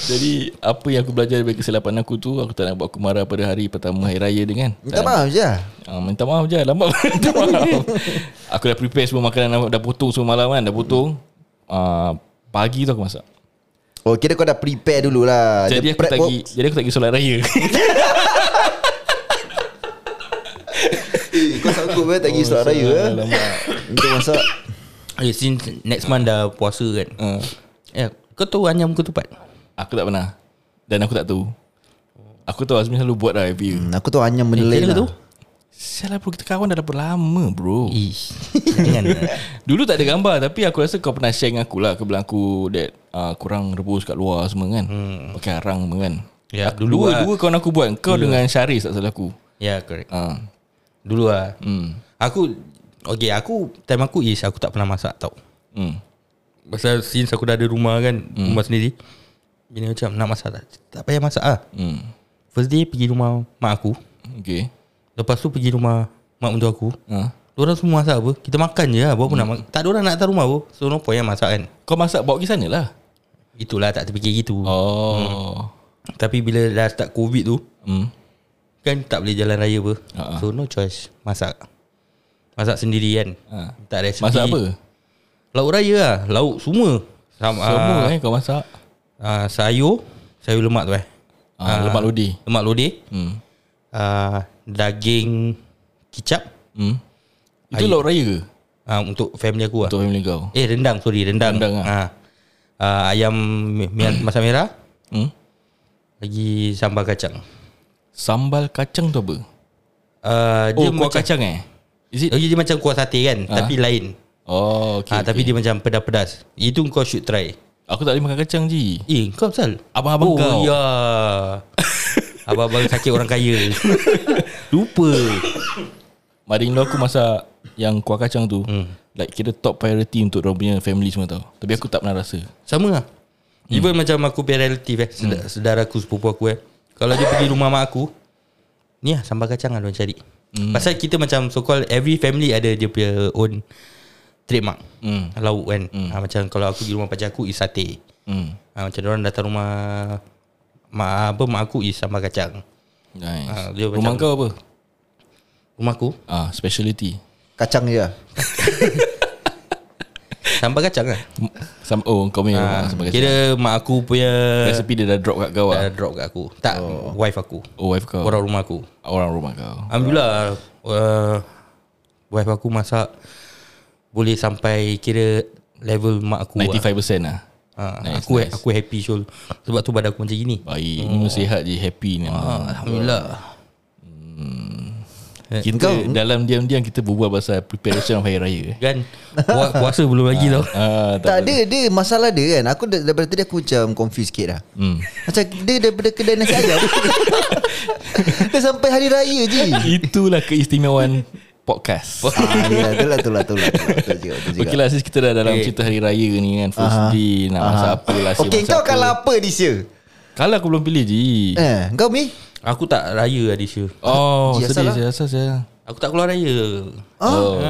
S1: Jadi apa yang aku belajar dari kesilapan aku tu Aku tak nak buat aku marah pada hari pertama Hari Raya dia kan
S2: *laughs* Minta maaf je lah
S1: uh, Minta maaf je Lambat *laughs* minta maaf Aku dah prepare semua makanan Dah potong semua malam kan Dah potong uh, Pagi tu aku masak
S2: Oh kira kau dah prepare dululah
S1: Jadi
S2: Dia
S1: aku
S2: prep
S1: tak
S2: work.
S1: pergi Jadi aku tak pergi solat raya
S2: takut pun tak pergi solat raya eh. Untuk masak
S3: Eh since next month dah puasa kan
S1: *laughs* Ah.
S3: Ya Kau tahu anyam ketupat
S1: Aku tak pernah Dan aku tak tahu Aku tahu Azmi selalu buat lah every year
S2: Hmm, Aku tahu hanya benda
S3: Eh,
S2: lain
S3: kira
S2: lah.
S3: tu?
S1: Sial lah bro Kita kawan dah berapa lama bro
S3: Ish Jangan lah.
S1: Dulu tak ada gambar Tapi aku rasa kau pernah share dengan aku lah Kau bilang aku That uh, kurang rebus kat luar semua kan hmm. Pakai arang semua kan
S3: *laughs* Ya,
S1: Aku-
S3: dulu
S1: Dua,
S3: lah.
S1: dua kawan aku buat Kau dengan Syaris tak salah aku
S3: Ya correct
S1: uh,
S3: Dulu lah
S1: hmm.
S3: Aku Okay aku Time aku is Aku tak pernah masak tau
S1: Hmm.
S3: Pasal since aku dah ada rumah kan hmm. Rumah sendiri Bini macam nak masak tak Tak payah masak lah
S1: Hmm.
S3: First day pergi rumah mak aku
S1: Okay
S3: Lepas tu pergi rumah mak mentua aku
S1: uh.
S3: Diorang semua masak apa Kita makan je lah
S1: Hmm.
S3: Buat apa nak makan Tak ada orang nak datang rumah apa So no point yang masak kan
S1: Kau masak bawa pergi sana lah
S3: Itulah tak terfikir gitu oh.
S1: Oh
S3: Tapi bila dah start covid tu
S1: hmm.
S3: Kan tak boleh jalan raya apa
S1: Ha-ha.
S3: uh-huh. So no choice Masak Masak sendiri kan
S1: Ha.
S3: Tak resipi
S1: Masak apa?
S3: Lauk raya lah Lauk semua Sama,
S1: Semua eh kau masak
S3: uh, Sayur Sayur lemak tu eh
S1: Ah, Lemak lodi
S3: Lemak lodeh
S1: hmm.
S3: uh, Daging Kicap
S1: Hmm. Itu lauk raya ke?
S3: uh, Untuk family aku lah
S1: Untuk family kau
S3: Eh rendang sorry Rendang,
S1: Rendang lah.
S3: Ah. Ah, Ayam mi- mi- masak merah
S1: hmm?
S3: Lagi sambal kacang
S1: Sambal kacang tu apa?
S3: uh,
S1: Oh
S3: Dia
S1: kuah
S3: macam
S1: kacang eh? Is it?
S3: Lagi dia macam kuah sate kan Tapi lain
S1: Oh okay,
S3: ah, Tapi
S1: okay.
S3: dia macam pedas-pedas Itu kau should try
S1: Aku tak boleh makan kacang je
S3: Eh kau pasal
S1: Abang-abang
S3: oh,
S1: kau. *laughs*
S3: ya Abang-abang sakit orang kaya
S1: *coughs*
S3: Lupa
S1: Mother-in-law aku masak Yang kuah kacang tu hmm. Like kira top priority Untuk dia punya family semua tau Tapi aku tak pernah rasa
S3: Sama lah
S1: Hmm.
S3: Even macam aku punya relative eh sedar, Sedara aku sepupu aku eh Kalau dia pergi rumah mak aku Ni lah sambal kacang lah diorang cari
S1: Hmm.
S3: Pasal kita macam so called Every family ada dia punya own Trademark
S1: Hmm.
S3: Lauk kan ha, Macam kalau aku pergi rumah pacar aku Is sate
S1: hmm.
S3: ha, Macam diorang datang rumah Mak apa mak aku Is sambal kacang
S1: Nice
S3: Ah, dia
S1: Rumah
S3: macam-
S1: kau apa?
S3: Rumah aku
S1: Ah, speciality
S2: Kacang je lah.
S3: Sambal kacang lah
S1: M- Sam- Oh kau punya rumah
S3: ha,
S1: sambal kacang
S3: Kira mak aku punya
S1: Resipi dia dah drop kat kau
S3: Dah
S1: lah
S3: drop kat aku Tak oh. wife aku
S1: Oh wife kau Orang,
S3: Orang rumah aku
S1: orang rumah kau
S3: Alhamdulillah uh, Wife aku masak Boleh sampai kira Level mak
S1: 95%
S3: aku
S1: lah
S3: ha,
S1: Nice,
S3: nice, Aku
S1: nice.
S3: nice. aku happy Syul Sebab tu badan aku macam gini
S1: Baik
S3: Oh.
S1: Ni mesti sihat je Happy
S3: Ah,
S1: ni Ah,
S3: Alhamdulillah eh,
S1: Kita dalam diam-diam Kita berbual pasal Preparation of Hari Raya eh.
S3: Kan pua- Puasa belum lagi tau
S1: ah,
S2: Tak ada dia masalah dia kan. Aku dah- daripada tadi aku macam confused sikit lah.
S1: Hmm.
S2: Macam dia daripada kedai nasi *laughs* ayam. dia sampai hari raya *laughs* je.
S1: Itulah
S3: *laughs*
S1: keistimewaan Podcast
S2: Ah, yelah, itulah, itulah, itulah, itulah, tu juga, tu juga.
S1: Okey lah sis kita dah dalam
S3: Eh.
S1: cerita hari raya ni kan First day nak masak apa lah asyik
S2: Okay,
S1: masak
S2: kau
S1: apa.
S2: kalah apa this year?
S1: Kalah aku belum pilih Ji
S2: Eh, kau Mi?
S3: Aku tak raya lah this year
S1: Oh
S2: Ji, asal
S1: sedih
S2: lah.
S1: saya asal saya
S3: Aku tak keluar raya
S2: Ah.
S1: Oh.
S3: ha,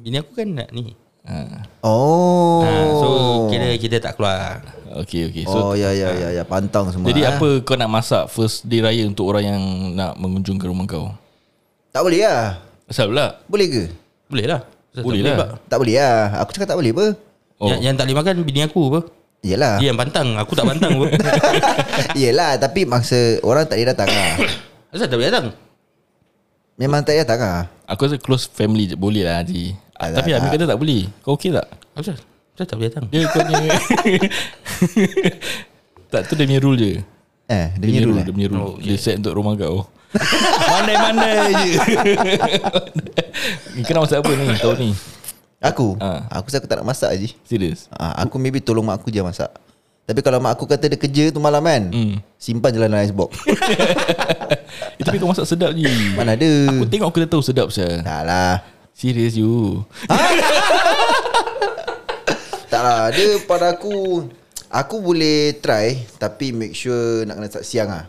S3: Bini aku kan nak ni
S1: ha.
S2: Oh.
S3: ha, So kira kita tak keluar
S1: Okay okay
S2: oh,
S1: So
S2: ya, ya, ya, ya. Pantang semua.
S1: jadi
S2: ah.
S1: apa kau nak masak first day raya untuk orang yang nak mengunjung ke rumah kau?
S2: Tak boleh lah.
S1: Asal pula?
S2: Boleh ke?
S3: Boleh lah Ustaz, tak
S1: Boleh lah.
S3: pak.
S2: Tak boleh lah. Aku cakap tak boleh apa.
S1: Oh.
S3: Yang, yang tak boleh makan bini aku apa
S2: Yelah.
S3: Dia yang pantang Aku tak pantang apa
S2: *laughs* Yelah, tapi maksa orang tak boleh datang lah.
S3: Asal tak boleh datang
S2: Memang tak boleh datang lah.
S1: Aku rasa close family je boleh lah Ji
S2: Alah,
S1: Tapi Amir
S2: tak.
S1: kata tak boleh Kau okay tak?
S3: Asal Asal tak boleh datang
S1: Dia kau punya *laughs* Tak tu dia punya rule je
S2: Eh, dia punya rule.
S1: Dia
S2: eh?
S1: punya rule
S3: Oh,
S1: Dia set untuk rumah kau
S2: *laughs*
S1: Mandai-mandai je Ni Kena masak apa ni tahun ni
S2: Aku?
S1: Ah.
S2: Aku rasa aku tak nak masak je.
S1: Serius
S2: Ah, aku maybe tolong mak aku je masak. Tapi kalau mak aku kata dia kerja tu malam kan,
S1: Hmm.
S2: simpan je lah
S1: *coughs*
S2: dalam icebox.
S1: eh, Tapi kau masak sedap je
S2: Mana ada.
S1: Aku tengok aku dah tahu sedap saya.
S2: Tak lah.
S1: Serius you
S2: Tak lah. Dia pada aku, aku boleh try tapi make sure nak kena start siang lah.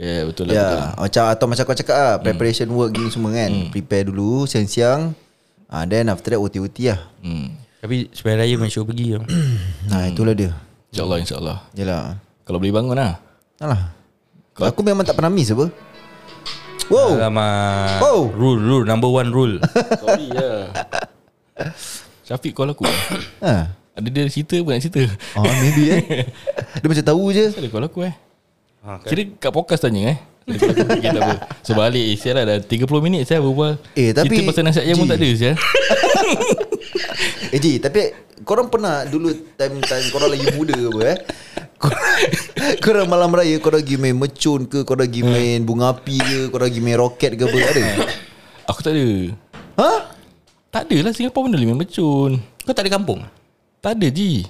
S1: Ya yeah, betul
S2: Ya,
S1: lah
S2: yeah,
S1: betul. Hmm.
S2: macam atau macam kau cakap lah, preparation work gini semua kan. Prepare dulu siang-siang. Ah, then after that OT-OT lah.
S1: hmm.
S3: Tapi semalam raya Malaysia pergi ya. tau.
S2: Nah, itulah dia.
S1: InsyaAllah insyaAllah
S2: Yalah.
S1: Kalau boleh bangun lah
S2: Alah. Aku memang tak pernah miss apa. Wow.
S3: Alamak
S2: Oh.
S3: uh, Rule rule Number one
S2: *laughs*
S3: rule
S1: Sorry ya Syafiq call aku
S2: Ha.
S1: Ada dia cerita pun nak cerita *laughs*
S2: Oh, maybe eh. Ah, dia macam tahu je.
S1: Ada call aku eh
S3: ha,
S1: Kira kat podcast tanya eh Kalau tak fikir tak apa So balik eh, Sial lah dah 30 minit saya berbual
S2: Eh,
S1: Cerita
S2: tapi-
S1: pasal nasihat yang pun
S2: Ji.
S1: tak ada Sial
S2: Eh Ji Tapi Korang pernah dulu Time-time korang lagi muda ke apa eh *laughs* korang, korang malam raya Korang pergi main mecun ke Korang pergi
S1: Hmm.
S2: main bunga api ke Korang pergi main roket ke apa Ada
S1: Aku tak ada
S2: Ha?
S1: Tak ada lah Singapura mana lima mecun
S3: Kau tak ada kampung?
S1: Tak ada Ji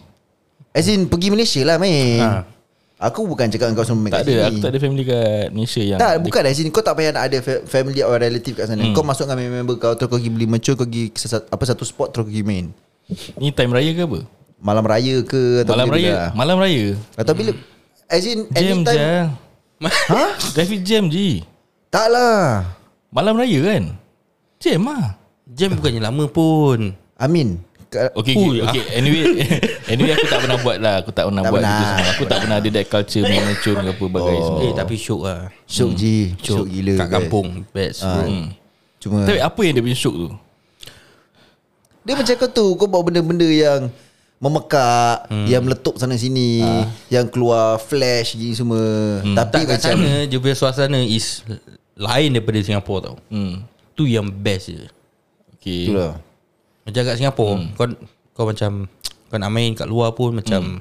S2: As in pergi Malaysia lah main
S3: Ha.
S2: Aku bukan cakap kau semua main
S1: Tak
S2: kat sini.
S1: ada Aku tak ada family kat Malaysia yang
S2: Tak bukan as in Kau tak payah nak ada fa- Family or relative kat
S1: Hmm.
S2: sana Kau masuk dengan member kau Terus kau pergi beli mecun Kau pergi sesat- apa satu spot Terus kau pergi main
S1: Ni time raya ke apa?
S2: Malam raya ke atau
S1: Malam
S2: bila
S1: raya
S2: dah?
S1: Malam raya
S2: Atau bila As in
S1: Jam je
S2: anytime
S1: Ha? Traffic jam Ji
S2: Tak lah
S1: Malam raya kan Jam lah
S3: Jam bukannya lama pun
S2: Amin Ka-
S1: Okay,
S3: Ui,
S1: okay, okay. Anyway, *laughs* anyway aku tak pernah buat lah. Aku tak pernah
S2: Tak
S1: buat
S2: pernah.
S1: itu semua. Aku tak pernah ada that culture main mecun ke apa bagai oh. semua.
S3: Eh tapi syok lah
S2: Syok hmm. je Syok
S3: Syok
S2: gila
S3: Kat
S2: guys.
S3: kampung Best Hmm.
S2: Ah,
S3: bro
S2: Cuma
S1: Hmm. Tapi apa yang dia punya syok tu?
S2: Dia macam kau tu Kau bawa benda-benda yang Memekak
S1: Hmm.
S2: Yang meletup sana sini
S1: Ah.
S2: Yang keluar flash gini semua Tapi
S1: Hmm.
S3: Tak kat
S2: macam
S3: sana Dia punya suasana is Lain daripada Singapura tau
S1: Hmm.
S3: Tu yang best je
S1: Okay.
S2: Itulah
S3: Macam kat Singapura hmm. Kau kau macam Kau nak main kat luar pun macam hmm.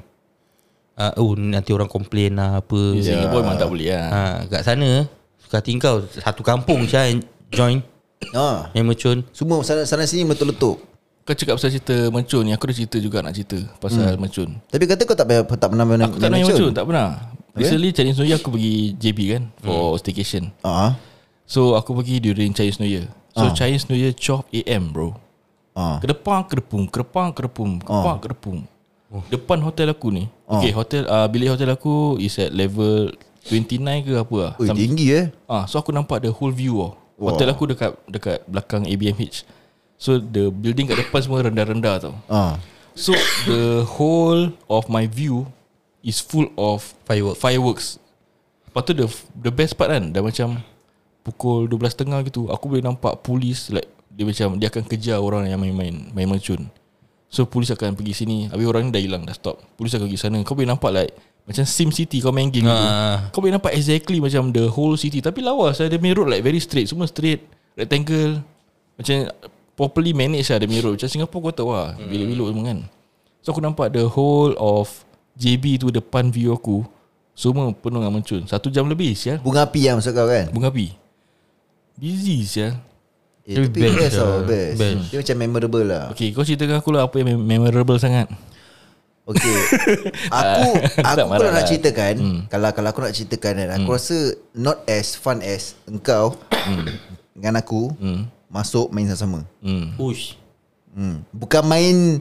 S3: uh, Oh nanti orang komplain lah apa
S1: Di
S3: yeah.
S1: Singapore memang tak boleh lah.
S3: ha, Kat sana Suka hati kau Satu kampung je eh, Join
S2: ha.
S3: Yang mercun
S2: Semua sana, sana sini meletup-letup
S1: Kau cakap pasal cerita mecun ni. Aku ada cerita juga nak cerita pasal hmm. mecun.
S2: Tapi kata kau tak payah Tak pernah main
S1: Aku tak pernah main mecun. Tak pernah.
S2: Eh?
S1: Recently Chinese New Year aku pergi JB kan for staycation.
S2: Ah,
S1: So aku pergi during Chinese New Year. So Chinese New Year 12 AM bro.
S2: ah.
S1: Kedepang kerepum Kerepang kerepum Kerepang kerepum Depan hotel aku ni Okay hotel uh, Bilik hotel aku Is at level 29 ke apa lah
S2: Ui,
S1: Some-
S2: tinggi eh
S1: Ah, So aku nampak the whole view oh. Hotel aku dekat Dekat belakang ABMH So the building kat depan semua rendah-rendah tau
S2: ah.
S1: So the whole of my view Is full of
S3: Firework.
S1: Fireworks Lepas tu the, the best part kan Dah macam Pukul 12.30 gitu Aku boleh nampak polis like, Dia macam Dia akan kejar orang yang main-main Main mercun So polis akan pergi sini Habis orang ni dah hilang Dah stop Polis akan pergi sana Kau boleh nampak like Macam sim city Kau main game gitu
S3: Ah.
S1: Kau boleh nampak exactly Macam the whole city Tapi lawas lah Dia main road like very straight Semua straight Rectangle Macam uh, Properly manage lah Dia main road Macam Singapore kau tahu lah Bila-bila semua kan So aku nampak the whole of JB tu depan view aku Semua penuh dengan mencun Satu jam lebih sial
S2: Bunga api yang maksud kau kan
S1: Bunga api Busy sial
S2: eh,
S3: Tapi
S2: Tapi
S3: best
S2: best
S3: lah.
S2: tau best.
S3: Best.
S2: Dia macam memorable lah
S1: Okay kau ceritakan aku lah Apa yang mem- memorable sangat
S2: Okay
S1: *laughs*
S2: Aku Aku
S1: Tak marah
S2: kalau nak
S1: lah. Hmm.
S2: ceritakan Kalau kalau aku nak ceritakan kan Aku rasa Not as fun as Engkau Dengan aku Masuk main sama-sama
S1: hmm.
S3: Push
S2: hmm. Bukan main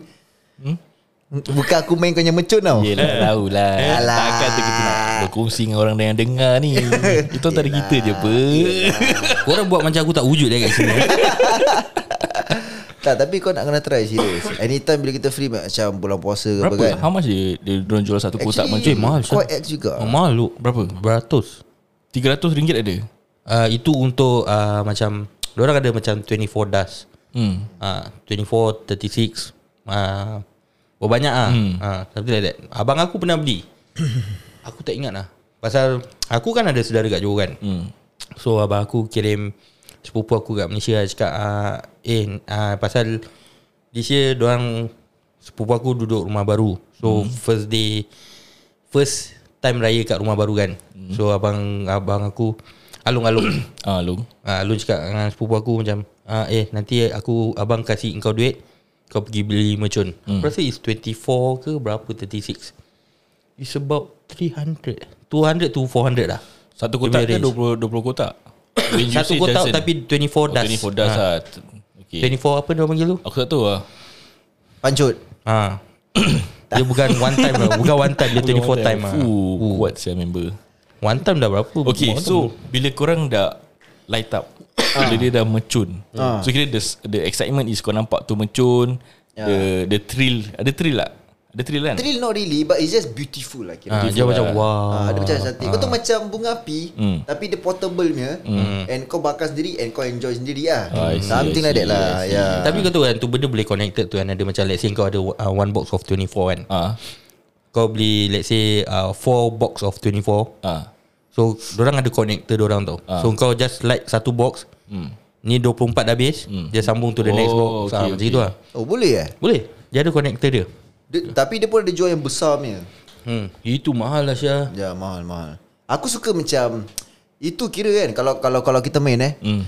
S2: Bukan aku main kau yang mecun tau
S1: Yelah tahu lah
S2: Alah.
S1: Takkan tu kita nak Berkongsi dengan orang yang dengar ni *laughs* Itu antara kita je apa
S3: Korang buat macam aku tak wujud dah kat *laughs* sini
S2: Tak tapi kau nak kena try serius Anytime bila kita free Macam bulan puasa ke apa
S1: Berapa?
S2: kan
S1: How much dia, dia dorang jual satu kotak
S2: Actually
S1: macam
S3: mahal,
S2: Quite
S3: Syah.
S2: ex juga
S3: oh,
S1: Hmm.
S3: Malu
S1: Berapa?
S3: Beratus
S1: RM300 ada
S3: uh, Itu untuk uh, Macam Diorang ada macam 24 dust
S1: Hmm
S3: Ah, 24, 36 ah, Oh banyak ah. Hmm. ah something like that Abang aku pernah beli *coughs* Aku tak ingat lah Pasal Aku kan ada saudara kat Johor kan
S1: Hmm
S3: So abang aku kirim Sepupu aku kat Malaysia lah Cakap ah, Eh ah, pasal This year dorang Sepupu aku duduk rumah baru So hmm. first day First time raya kat rumah baru kan hmm. So abang abang aku Alung-alung
S1: Ah, Long
S3: Ah, Alun cakap dengan sepupu aku macam ah, Eh nanti aku Abang kasih kau duit Kau pergi beli mercun hmm. Aku rasa is 24 ke berapa 36 It's about 300 200 to 400 lah
S1: Satu kotak kan
S3: Dia
S1: ke
S3: punya
S1: 20, 20 kotak? When you
S3: Satu
S1: say
S3: kotak
S1: Johnson.
S3: tapi 24 dust
S1: oh, 24 dust
S3: Ah,
S1: lah okay.
S3: 24 apa dia panggil tu
S1: Aku tak tahu lah
S2: Pancut
S3: ha. Dia bukan one time lah Bukan one time Dia 24 time lah
S1: Fuh, Kuat saya member
S3: One time dah berapa
S1: Okay
S3: Berapa
S1: so Bila korang dah Light up Bila dia dah mecun So kira the, the excitement is Kau nampak tu mecun The the thrill Ada thrill tak? Ada thrill kan?
S2: Thrill not really But it's just beautiful lah kira
S3: Ah, dia macam wow.
S2: Ah, dia macam cantik. Kau tu macam bunga api
S1: Hmm.
S2: tapi dia portable punya and kau bakar sendiri and kau enjoy sendiri ah.
S1: Ah, I see,
S2: Something
S1: I
S2: like that
S1: see,
S2: lah.
S1: I see.
S2: Ya.
S3: Tapi kau tahu kan tu benda boleh connected tu kan ada macam let's say kau ada uh, one box of 24 kan.
S1: Ah,
S3: Kau beli let's say uh, four box of 24
S1: ah.
S3: So orang ada connector orang tau.
S1: Ah.
S3: So kau just like satu box.
S1: Hmm.
S3: Ni 24 dah habis, dia sambung to the
S1: Oh,
S3: next box.
S1: okay,
S3: Ah, macam
S1: okay.
S3: itu lah.
S2: Oh boleh eh
S3: Boleh. Dia ada connector dia.
S2: dia, Tapi dia pun ada jual yang besar punya
S3: Hmm. Itu mahal lah Syah.
S2: Ya mahal mahal Aku suka macam Itu kira kan Kalau kalau kalau kita main eh
S1: Hmm.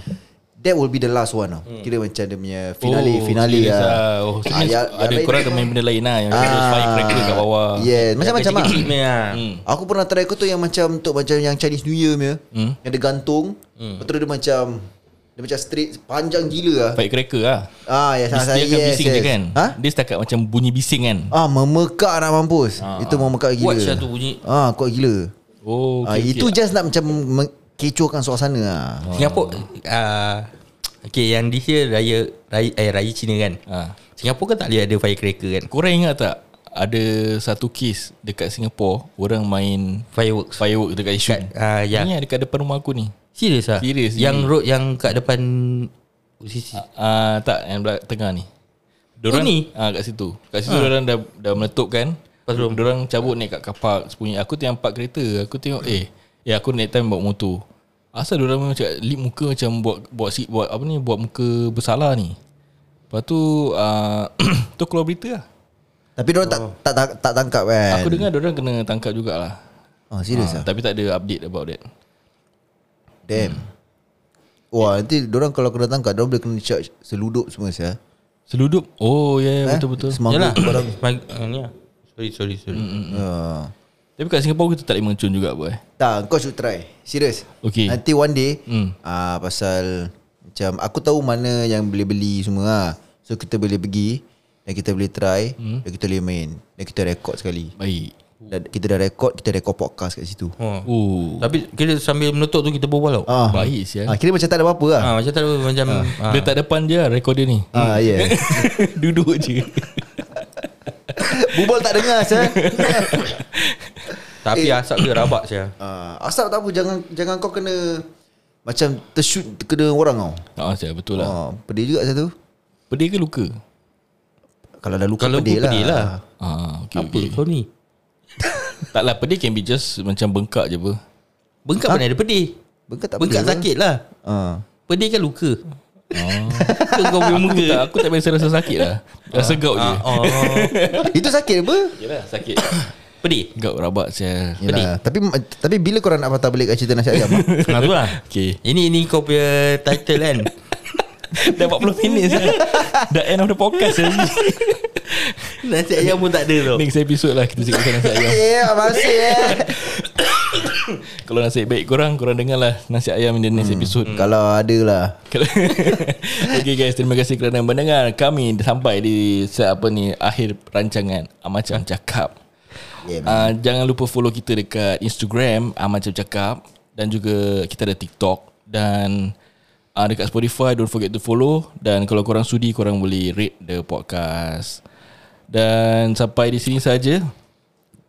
S2: That will be the last one tau Kira macam dia punya Finale
S1: Oh,
S2: Finale
S1: serious
S2: lah ya,
S1: ah. Oh, so means
S2: yang-
S1: ada
S2: yang
S1: korang ada
S2: lain-
S1: main benda lain lah Yang ada firecracker kat bawah
S2: Ah, Yes Macam-macam lah
S3: Ni lah.
S1: Hmm.
S2: Aku pernah try aku tu yang macam Untuk macam yang Chinese New Year punya
S1: Hmm.
S2: Yang dia gantung Lepas tu dia macam Dia macam straight Panjang gila lah
S1: Firecracker lah
S2: Ah yes,
S1: Dia
S2: yes,
S1: sediakan
S2: yes,
S1: bising je
S2: yes.
S1: kan
S2: Ha?
S1: Dia setakat macam bunyi bising kan
S2: Ah memekak nak mampus
S1: Ah,
S2: Itu memekak gila
S3: Kuat
S1: lah
S3: Syah tu bunyi.
S2: Ah kuat gila
S1: Oh
S2: ah, Itu just nak macam Kecohkan suasana lah
S3: Singapura uh, Ah. Okay yang this year Raya Raya, eh, raya Cina kan
S1: ha.
S3: Singapura kan tak boleh ada firecracker kan
S1: Korang ingat tak Ada satu kes Dekat Singapore Orang main
S3: Fireworks
S1: Firework dekat Yishun
S3: Kat,
S2: ha,
S3: ah, ya.
S1: Ni ada dekat depan rumah aku ni
S3: Serius lah
S1: Serious,
S3: Yang
S1: serious.
S3: road yang kat depan UCC
S1: Ah uh, tak yang belakang tengah ni.
S3: Oh, ni?
S1: Ah kat situ. Kat situ orang dah dah meletupkan.
S3: Lepas tu?
S1: Orang cabut naik kat kapak sepunya. Aku tengok park kereta, aku tengok eh ya aku naik time bawa motor. Asal orang macam lip muka macam buat buat si buat apa ni buat muka bersalah ni. Lepas tu uh, *clears throat* tu keluar berita lah.
S2: Tapi diorang tak, tak, tak, tak tangkap kan
S1: Aku dengar orang kena tangkap jugalah.
S2: Oh serius
S1: Ah,
S2: ah.
S1: tapi tak ada update about that.
S2: Damn Wah nanti diorang kalau kena tangkap Diorang boleh kena charge Seludup semua saya
S1: Seludup. Oh ya yeah,
S2: Eh?
S1: betul betul.
S2: Semangkut
S3: Yalah
S2: barang
S3: *coughs*
S1: *coughs*
S3: Mag- ah, ni lah. Sorry sorry sorry
S2: Ah.
S1: Tapi kat Singapore kita tak boleh mencun juga apa eh.
S2: Tak kau should try Serius
S1: Okay.
S2: Nanti one day
S1: Hmm.
S2: ah, Pasal Macam aku tahu mana yang boleh beli semua lah So kita boleh pergi Dan kita boleh try
S3: Hmm.
S2: Dan kita boleh main Dan kita record sekali
S1: Baik.
S2: dan Kita dah record Kita record podcast kat situ
S3: oh.
S1: Oh.
S3: Tapi kira sambil menutup tu kita berbual tau
S2: ah.
S1: Baik sial.
S2: ah, Kira macam tak ada apa-apa lah
S3: ah, Macam tak ada macam ah. *laughs*
S1: Ha. Letak depan je lah recorder ni
S2: ah. yeah.
S1: Duduk je
S2: Bubol tak dengar saya
S3: Tapi asap dia rabak saya
S2: *laughs* Ah, asap tak apa jangan jangan kau kena macam tershoot kena orang kau.
S1: Tak saya betul lah
S2: Ah, pedih juga satu.
S1: Pedih ke luka?
S2: Kalau dah luka
S3: Kalau luka
S2: pedih, lah.
S3: pedih lah.
S1: Ah, okay,
S3: Apa
S1: okay.
S3: kau ni
S1: Tak lah pedih can be just Macam bengkak je apa
S3: Bengkak mana ada pedih
S2: Bengkak tak
S3: Bengkak
S2: pedih
S3: sakit lah
S2: Lah. Ah.
S3: Pedih kan luka
S1: oh.
S3: Kau kau punya
S1: Aku
S3: muka
S1: tak, aku tak biasa rasa sakit lah Rasa gaut je
S3: Oh
S2: Itu sakit apa?
S1: Yelah sakit
S3: Pedih
S1: *coughs* Gaut rabak saya
S2: Yalah, tapi tapi bila korang nak patah balik kat cerita nasi ayam? ah?
S3: *laughs*
S1: *laughs*
S3: Nah tu lah
S1: Okay
S3: Ini ini kau punya title *laughs* kan
S1: Dah 40 *laughs* minit saya Dah end of the podcast lagi
S3: Nasi ayam pun tak ada tau
S1: Next episode lah Kita cakap pasal nasi ayam
S2: Eh, masih eh.
S1: Kalau nasi baik korang Korang dengar lah Nasi ayam in the next episode
S2: Kalau ada lah.
S1: Kalau- okay guys, terima kasih kerana mendengar kami sampai di se- apa ni akhir rancangan Amacam Cakap.
S2: Yeah, man.
S1: Uh, jangan lupa follow kita dekat Instagram Amacam Cakap dan juga kita ada TikTok dan uh, dekat Spotify don't forget to follow dan kalau korang sudi korang boleh rate the podcast. Dan sampai di sini saja.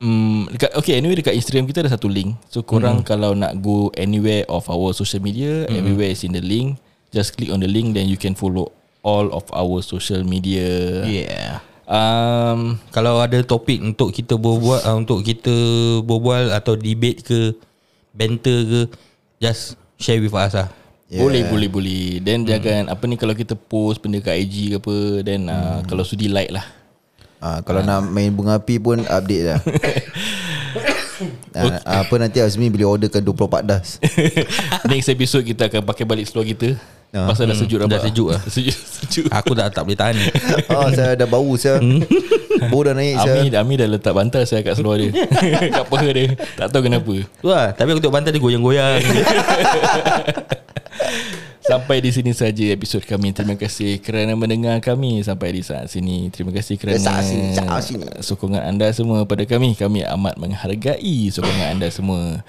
S1: Hmm, dekat okay anyway dekat Instagram kita ada satu link. So korang kalau nak go anywhere of our social media, everywhere is in the link. Just click on the link then you can follow all of our social media.
S3: Yeah
S1: Um
S3: Kalau ada topik untuk kita berbual uh, Untuk kita berbual Atau debate ke Banter ke Just share with us lah
S1: yeah. boleh boleh boleh. Then jangan apa ni kalau kita post benda kat IG ke apa then uh, kalau sudi like lah.
S2: Ah, kalau nak main bunga api pun update
S1: *laughs*
S2: lah. Ah, apa nanti Azmi boleh orderkan 24
S1: *laughs*
S2: das.
S1: Next episode kita akan pakai balik seluar kita. Pasal dah sejuk rabak.
S3: dah sejuk lah.
S1: *laughs* sejuk sejuk.
S3: Aku dah tak boleh tahan *laughs* ni
S2: Oh, saya dah bau saya.
S1: Hmm.
S2: Bau dah naik saya.
S1: Ami, Ami dah letak bantal saya kat seluar dia. kat paha dia. Tak tahu kenapa.
S3: Tu lah Tapi aku tengok bantal dia goyang-goyang
S1: Sampai di sini saja episod kami. Terima kasih kerana mendengar kami sampai di saat sini. Terima kasih kerana
S2: Saat sini, saat sini.
S1: sokongan anda semua pada kami. Kami amat menghargai sokongan anda semua.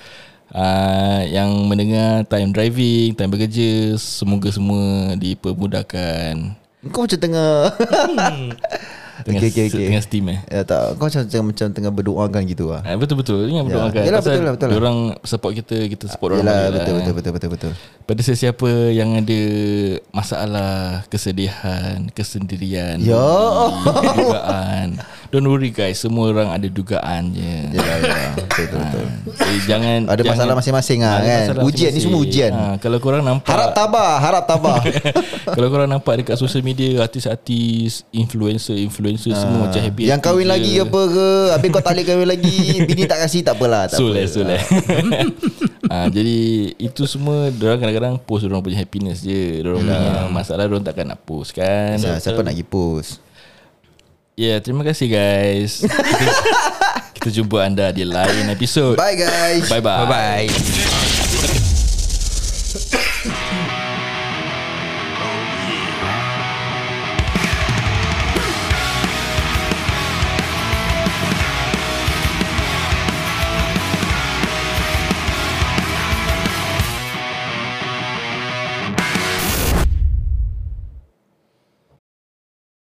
S1: Uh, yang mendengar time driving, time bekerja, semoga semua dipermudahkan.
S2: Kau macam tengah
S1: Tengah,
S2: Okay, okay, okay.
S1: Hmm. tengah steam eh.
S2: Ya tak Kau macam, macam, macam tengah berdoakan gitu lah
S1: Ah, betul betul. Ingat berdoakan.
S2: Yelah,
S1: Pasal
S2: betul lah, betul lah.
S1: Orang support kita, kita support orang
S2: Yelah
S1: balik lah,
S2: betul,
S1: kan.
S2: betul betul betul betul
S1: Pada sesiapa yang ada masalah, kesedihan, kesendirian,
S2: Ya.
S1: dugaan, Don't worry guys, semua orang ada dugaan je.
S2: Yalah, yalah. Betul, betul, betul.
S1: Eh, jangan
S2: Ya, Ada
S1: jangan,
S2: masalah masing-masing lah
S1: ada
S2: kan.
S1: masalah
S2: Ujian ni
S1: masing-masing.
S2: semua ujian.
S1: Ha, kalau korang nampak
S2: Harap tabah, harap tabah.
S1: *laughs* kalau korang nampak dekat social media artis-artis, influencer-influencer semua macam happy.
S2: Ah. Yang kahwin lagi ke apa ke Habis kau tak boleh kahwin
S1: *laughs*
S2: lagi Bini tak kasih tak apalah tak
S1: Suleh
S2: apa. Ah.
S1: suleh. *laughs* ha, jadi itu semua orang kadang-kadang post orang punya happiness je. Orang punya masalah orang takkan nak post kan.
S2: Siapa, siapa nak pergi post
S1: Ya, yeah, terima kasih guys. kita, kita jumpa anda di lain episod.
S2: Bye guys
S1: Bye bye.
S3: Bye-bye